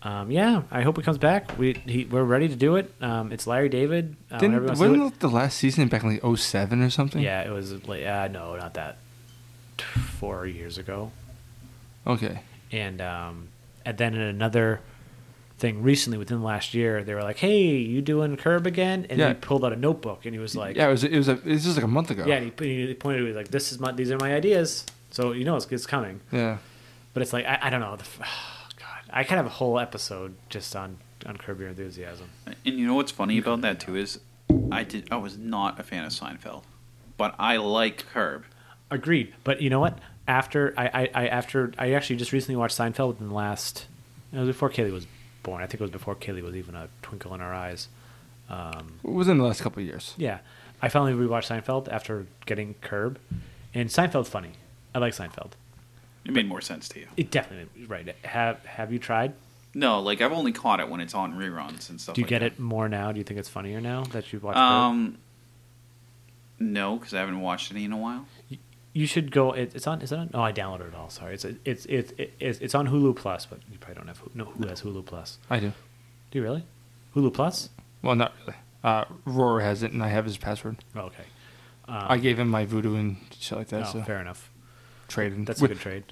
um, "Yeah, I hope it comes back. We he, we're ready to do it. Um, it's Larry David. Uh, whenever Didn't, he wants to do wasn't it." like the last season back in like 07 or something? Yeah, it was like uh, no, not that. Four years ago, Okay. and um, and then in another thing recently within the last year, they were like, "Hey, you doing Curb again?" And Yeah. he pulled out a notebook and he was like, yeah, it was it was a, this was like a month ago. yeah, and he, he pointed. He was like, "This is my these are my ideas." So you know it's, it's coming. Yeah. But it's like I, I don't know. The, f- God, I could have a whole episode just on on Curb Your Enthusiasm. And you know what's funny about that too is, I did I was not a fan of Seinfeld, but I liked Curb. Agreed. But you know what? After I, I, I after I actually just recently watched Seinfeld within the last. It was before Kaylee was born. I think it was before Kaylee was even a twinkle in our eyes. Um, Within the last couple of years. Yeah, I finally rewatched Seinfeld after getting Curb, and Seinfeld's funny. I like Seinfeld. It made more sense to you. It definitely right. Have Have you tried? No, like I've only caught it when it's on reruns and stuff. Do you like get that. it more now? Do you think it's funnier now that you've watched? Curb? Um, no, because I haven't watched any in a while. you should go. It, it's on. Is it on? Oh, I downloaded it all. Sorry, it's it's it's it's it's on Hulu Plus, but you probably don't have. Hulu. No, who has Hulu Plus? I do. Do you really? Hulu Plus? Well, not really. Uh, Roar has it, and I have his password. Oh, okay. I gave him my voodoo and shit like that. No, so Oh, fair enough. trading. That's a good trade.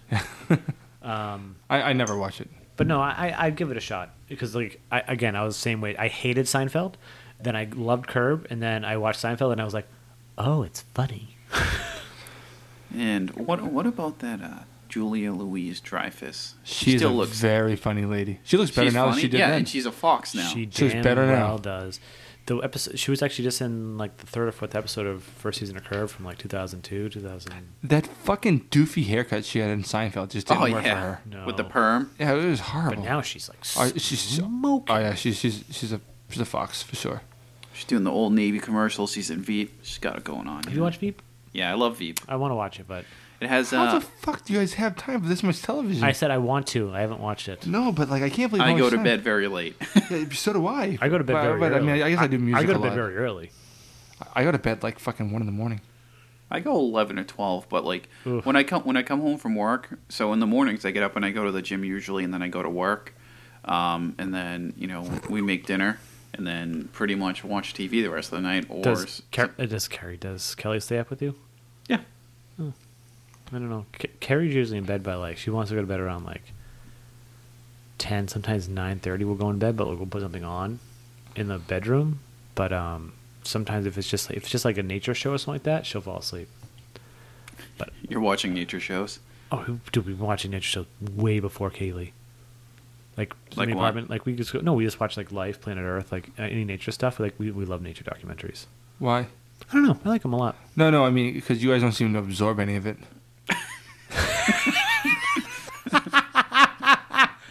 I, I never watch it. But no, I I I'd give it a shot because like I again I was the same way. I hated Seinfeld, then I loved Curb, and then I watched Seinfeld, and I was like, oh, it's funny. And what what about that uh, Julia Louise Dreyfus? She's a still looks very funny lady. She looks she's better now funny. than she did yeah, then. and she's a fox now. She She's damn better now. well does. The episode she was actually just in like the third or fourth episode of first season of Curb from like 2002, 2000. that fucking doofy haircut she had in Seinfeld just didn't oh work for yeah, her. her. with the No. perm. Yeah, it was But horrible. now she's like Oh, she's oh smoking. yeah, she's she's she's a she's a fox for sure. She's doing the old Navy commercial. She's in Veep. She's got it going on. Have you watched Veep? Yeah, I love Veep. I want to watch it, but It has. How Uh, the fuck do you guys have time for this much television? I said I want to. I haven't watched it. no, but like I can't believe. I how much go to time- bed very late. Yeah, so do I. I go to bed But- very but, I early. mean, I guess I do music. I go to a bed lot. very early. I go to bed like fucking one in the morning. I go eleven or twelve, but like Oof. when I come when I come home from work, so in the mornings I get up and I go to the gym usually, and then I go to work, um, and then you know we make dinner, and then pretty much watch TV the rest of the night. Or Does, Car- uh, does Carrie does Kelly stay up with you? Oh. yeah, I don't know. Ca- Carrie's usually in bed by like she wants to go to bed around like ten, sometimes nine thirty. We'll go in bed, but we'll put something on in the bedroom. But um, sometimes if it's just if it's just like a nature show or something like that, she'll fall asleep. you're watching nature shows. Oh, dude, we've been watching nature shows way before Kaylee. Like, Like like what? apartment, like we just go, no, we just watch like Life, Planet Earth, like uh, any nature stuff. Like we, we love nature documentaries. Why? I don't know. I like them a lot. No, no. I mean, because you guys don't seem to absorb any of it.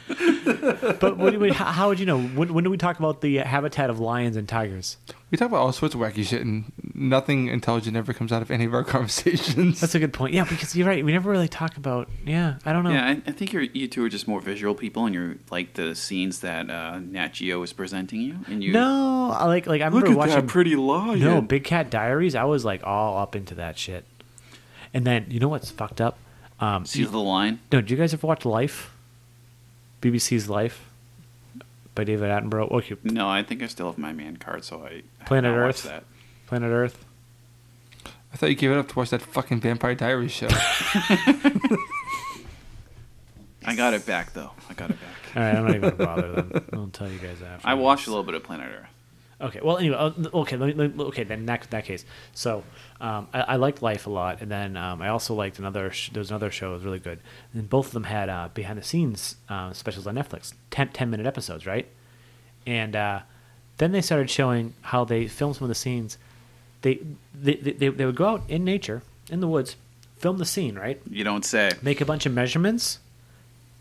But what do we, how, how would you know? When, when do we talk about the habitat of lions and tigers? We talk about all sorts of wacky shit, and nothing intelligent ever comes out of any of our conversations. That's a good point. Yeah, because you're right. We never really talk about. Yeah, I don't know. Yeah, I, I think you're, you two are just more visual people, and you're like the scenes that uh, Nat Geo is presenting you, and you no, I like like I look remember at watching that pretty lion. No, Big Cat Diaries. I was like all up into that shit. And then you know what's fucked up? Um, see the line. No, do you guys ever watch Life? BBC's Life by David Attenborough. Okay, No, I think I still have my man card, so I have Planet not Earth. watched That. Planet Earth. I thought you gave it up to watch that fucking Vampire Diaries show. I got it back though. I got it back. All right, I'm not even gonna bother them. I'll tell you guys after. I watched a little bit of Planet Earth. Okay. Well, anyway. uh, Okay. Let me, let me- okay. Then in that in that case. So, um, I, I liked Life a lot, and then um, I also liked another. Sh- there was another show that was really good, and both of them had uh, behind the scenes uh, specials on Netflix, 10, 10 minute episodes, right? And uh, then they started showing how they filmed some of the scenes. They they, they they they would go out in nature in the woods, film the scene, right? You don't say. Make a bunch of measurements,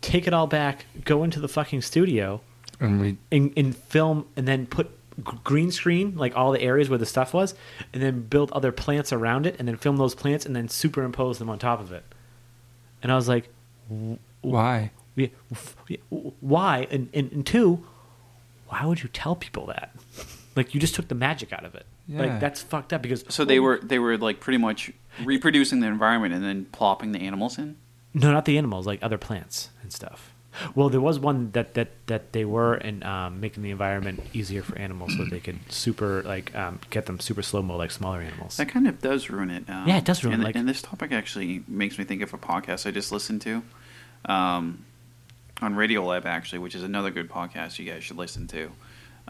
take it all back, go into the fucking studio, and we and, and film and then put g- green screen like all the areas where the stuff was and then build other plants around it and then film those plants and then superimpose them on top of it and i was like why? we- f- we- why and, and, and two why would you tell people that like you just took the magic out of it Yeah. like that's fucked up because So they were they were like pretty much reproducing the environment and then plopping the animals in. No, not the animals, like other plants and stuff. Well, there was one that that that they were and um, making the environment easier for animals so that they could super like um, get them super slow mo like smaller animals. That kind of does ruin it. Um, Yeah, it does ruin and, it, like- and this topic actually makes me think of a podcast I just listened to, um, on Radiolab actually, which is another good podcast you guys should listen to.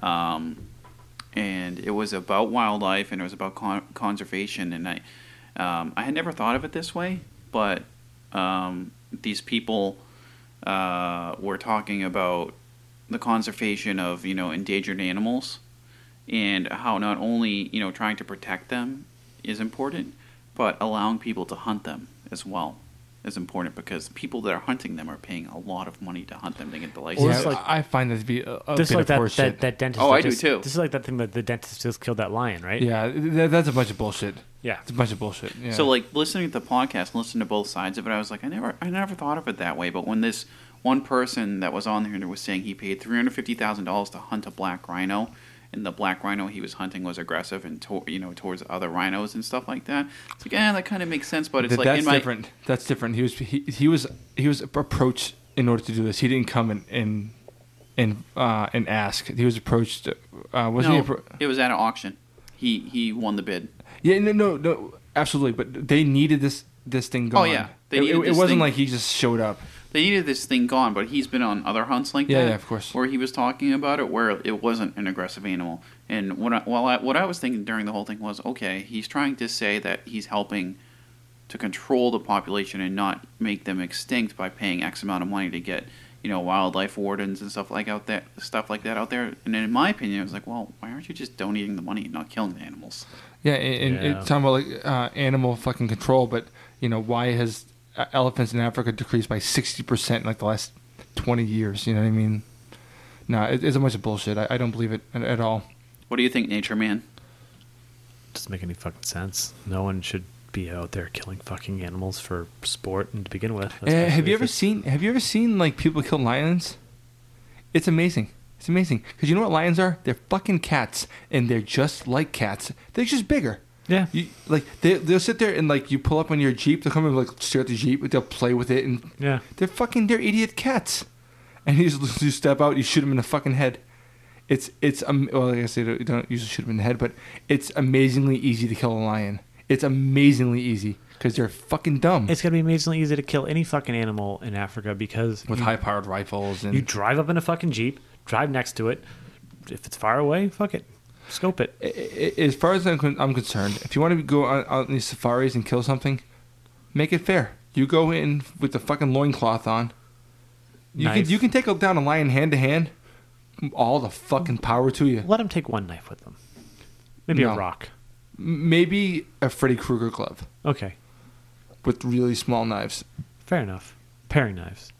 Um, and it was about wildlife and it was about con- conservation. And I, um, I had never thought of it this way, but um, these people uh, were talking about the conservation of you know endangered animals and how not only you know trying to protect them is important, but allowing people to hunt them as well is important because people that are hunting them are paying a lot of money to hunt them to get the license. Or Yeah, it's like- I find that Oh, to be a, a This bit is like of that, horseshit. that that dentist. Oh, that I do just- too. This is like that thing that the dentist just killed that lion, right? yeah, th- that's a bunch of bullshit. Yeah. it's a bunch of bullshit. Yeah. So like listening to the podcast, listening to both sides of it, I was like, I never, I never thought of it that way. But when this one person that was on there and was saying he paid three hundred fifty thousand dollars to hunt a black rhino, and the black rhino he was hunting was aggressive and to- you know towards other rhinos and stuff like that. It's like, eh, that kind of makes sense. But it's Th- like that's in my different. That's different. He was he, he was he was approached in order to do this. He didn't come and and and, uh, and ask. He was approached. Uh, was he? no, appro- it was at an auction. He he won the bid. yeah, no, no, no, absolutely. But they needed this this thing gone. Oh, yeah. They it, needed it- it this wasn't thing- like he just showed up. They needed this thing gone, but he's been on other hunts like Yeah, that. yeah, of course. Where he was talking about it, where it wasn't an aggressive animal. And what I, while I, what I was thinking during the whole thing was, okay, he's trying to say that he's helping to control the population and not make them extinct by paying X amount of money to get you know wildlife wardens and stuff like out there, stuff like that out there. And in my opinion, I was like, well, why aren't you just donating the money and not killing the animals? Yeah, and, and Yeah. it's talking about like uh, animal fucking control, but you know why has uh, elephants in Africa decreased by sixty percent in like the last twenty years? You know what I mean? No, it, it's a bunch of bullshit. I, I don't believe it at, at all. What do you think, Nature Man? Doesn't make any fucking sense. No one should be out there killing fucking animals for sport and to begin with. Uh, especially have you if ever it's- seen? Have you ever seen like people kill lions? It's amazing. It's amazing because you know what lions are? They're fucking cats, and they're just like cats. They're just bigger. Yeah. You, like they they'll sit there and like you pull up on your jeep. They'll come and like stare at the jeep. They'll play with it and Yeah. they're fucking they're idiot cats. And you just you step out, you shoot them in the fucking head. It's it's um, well, like I said, you don't usually shoot them in the head, but it's amazingly easy to kill a lion. It's amazingly easy because they're fucking dumb It's gonna be amazingly easy to kill any fucking animal in Africa because with high-powered rifles and you drive up in a fucking jeep, drive next to it. If it's far away, fuck it, scope it. I- I- as far as I'm, con- I'm concerned, if you want to go on, on these safaris and kill something, make it fair. You go in with the fucking loincloth on. You Knife. can you can take down a lion hand to hand. All the fucking power to you. Let them take one knife with them, maybe No. a rock. M- Maybe a Freddy Krueger glove Okay, with really small knives. fair enough. Paring knives.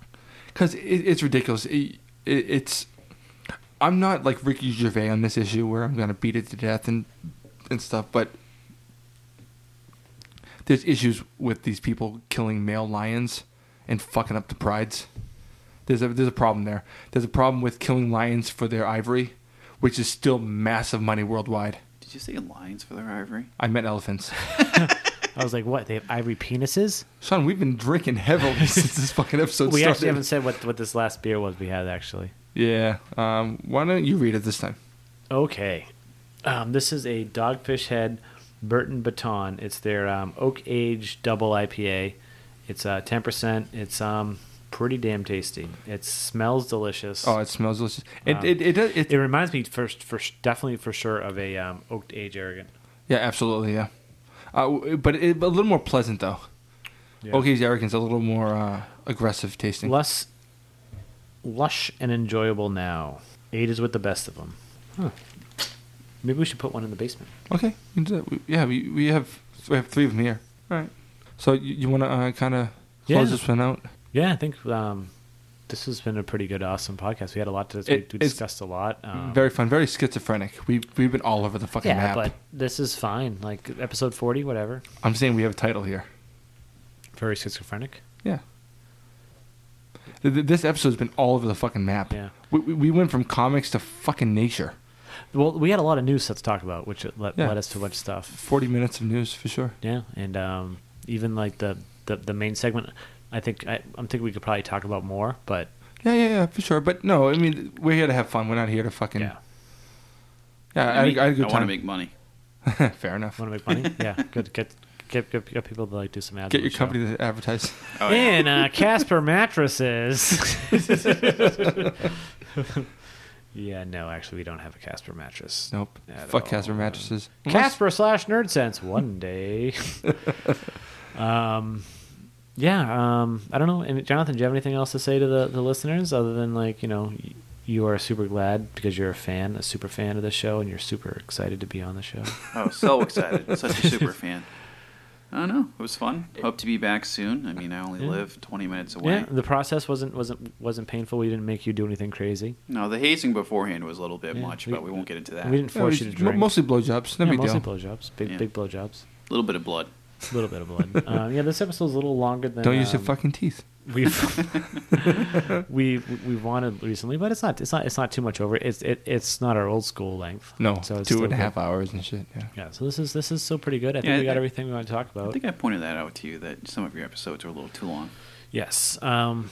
because it, it's ridiculous. It, it, it's I'm not like Ricky Gervais on this issue where I'm gonna beat it to death and and stuff, but there's issues with these people killing male lions and fucking up the prides. There's a there's a problem there. There's a problem with killing lions for their ivory, which is still massive money worldwide. Did you say lions for their ivory? I meant elephants. I was like, what? They have ivory penises. Sean, we've been drinking heavily since this fucking episode we started. actually haven't said what what this last beer was we had actually. yeah. Um, why don't you read it this time? Okay. Um, this is a Dogfish Head Burton Baton. It's their um, oak age double IPA. It's uh, 10%. It's um, pretty damn tasty. It smells delicious. Oh, it smells delicious. It Um, it it, does- it, it reminds me first for definitely for sure of a um, oak age arrogant. yeah, absolutely, yeah. Uh, w- but it, but a little more pleasant though. Yeah. Oki's Arrogance a little more uh, aggressive tasting. Less lush and enjoyable now. Eight is with the best of them. Huh. Maybe we should put one in the basement. Okay, we can do that. We- yeah, we we have we have three of them here. All right. So you, you want to uh, kind of close Yeah. this one out? Yeah, I think um, this has been a pretty good, awesome podcast. We had a lot to It- we it's discussed a lot. Um, very fun, very schizophrenic. We we've been all over the fucking yeah, map. but this is fine. Like episode forty, whatever. I'm saying we have a title here. Very schizophrenic. Yeah. Th- th- This episode's been all over the fucking map. Yeah. We, we, we went from comics to fucking nature. Well, we had a lot of news stuff to talk about, which led, Yeah. led us to much stuff. 40 minutes of news for sure. Yeah, and um, even like the, the the main segment, I think I, I'm thinking we could probably talk about more, but Yeah, yeah, yeah, for sure. But no, I mean, we're here to have fun. We're not here to fucking. yeah, Yeah, I, had a- I had a good I want to time. make money. Fair enough. want to make money? yeah, good. Get get get, get people to like do some ads. Get on your the show. company to advertise. Oh, yeah. And uh, Casper mattresses. yeah, no, actually, we don't have a Casper mattress. Nope. At Fuck all. uh, Casper mattresses. Casper slash Nerd Sense one day. um, yeah, um, I don't know. And Jonathan, do you have anything else to say to the, the listeners other than like you know y- you are super glad because you're a fan, a super fan of the show, and you're super excited to be on the show. I was so excited. Such a super fan. I don't know. It was fun. Hope to be back soon. I mean, I only Yeah. live 20 minutes away. yeah, the process wasn't wasn't wasn't painful. We didn't make you do anything crazy. No, the hazing beforehand was a little bit Yeah, much, we- but we won't get into that. We didn't Yeah, it was force you to drink. mo- Mostly blowjobs. No yeah, big mostly deal. blowjobs, big Yeah. big blowjobs, A little bit of blood. a little bit of blood. uh, yeah, this episode's a little longer than. Don't use your um, fucking teeth. we've we we wanted recently, but it's not it's not it's not too much over. It's it, it's not our old school length. No, two still and a good. half hours and shit. Yeah. Yeah, so this is this is still pretty good. I think Yeah, we got I- everything we want to talk I about. think I pointed that out to you that some of your episodes are a little too long. yes. Um,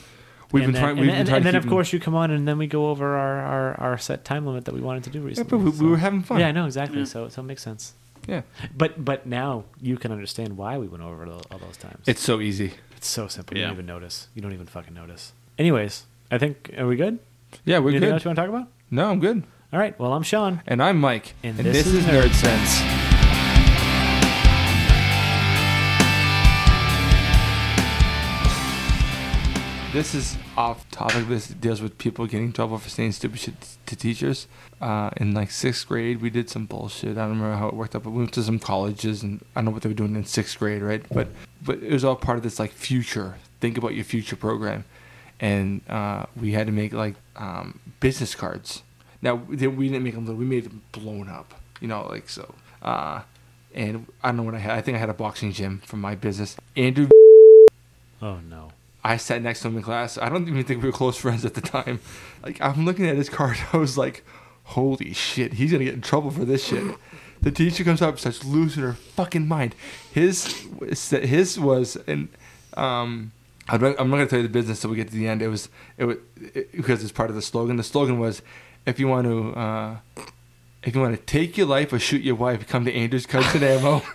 We've and been then- trying. and then, We've been trying. and to then keep of them- course you come on, and then we go over our, our, our set time limit that we wanted to do Yeah, recently. but we, we so- were having fun. Yeah, I know exactly. Yeah. So so it makes sense. Yeah. But but now you can understand why we went over tho- all those times. It's so easy. it's so simple. You Yeah. don't even notice. You don't even fucking notice. Anyways, I think are we good? Yeah, we're Anything else good. you want to talk about? No, I'm good. All right. Well, I'm Sean. And I'm Mike. And this is Nerd Sense. This is off topic. This deals with people getting in trouble for saying stupid shit to teachers. Uh, in like sixth grade, we did some bullshit. I don't remember how it worked out, but we went to some colleges, and I don't know what they were doing in sixth grade, right? But but it was all part of this like future. Think about your future program, and uh, we had to make like um, business cards. Now they- we didn't make them little. We made them blown up. You know, like so. Uh, and I don't know what I had. I think I had a boxing gym from my business. Andrew, Oh no. I sat next to him in class. I don't even think we were close friends at the time. Like I'm looking at his card, I was like, "Holy shit, he's gonna get in trouble for this shit." The teacher comes up, starts losing her fucking mind. His his was and um. I'm not I'm not gonna tell you the business till we get to the end. It was it, was, it because it's part of the slogan. The slogan was, if you want to, uh, if you want to take your life or shoot your wife, come to Andrew's Cuts and Ammo.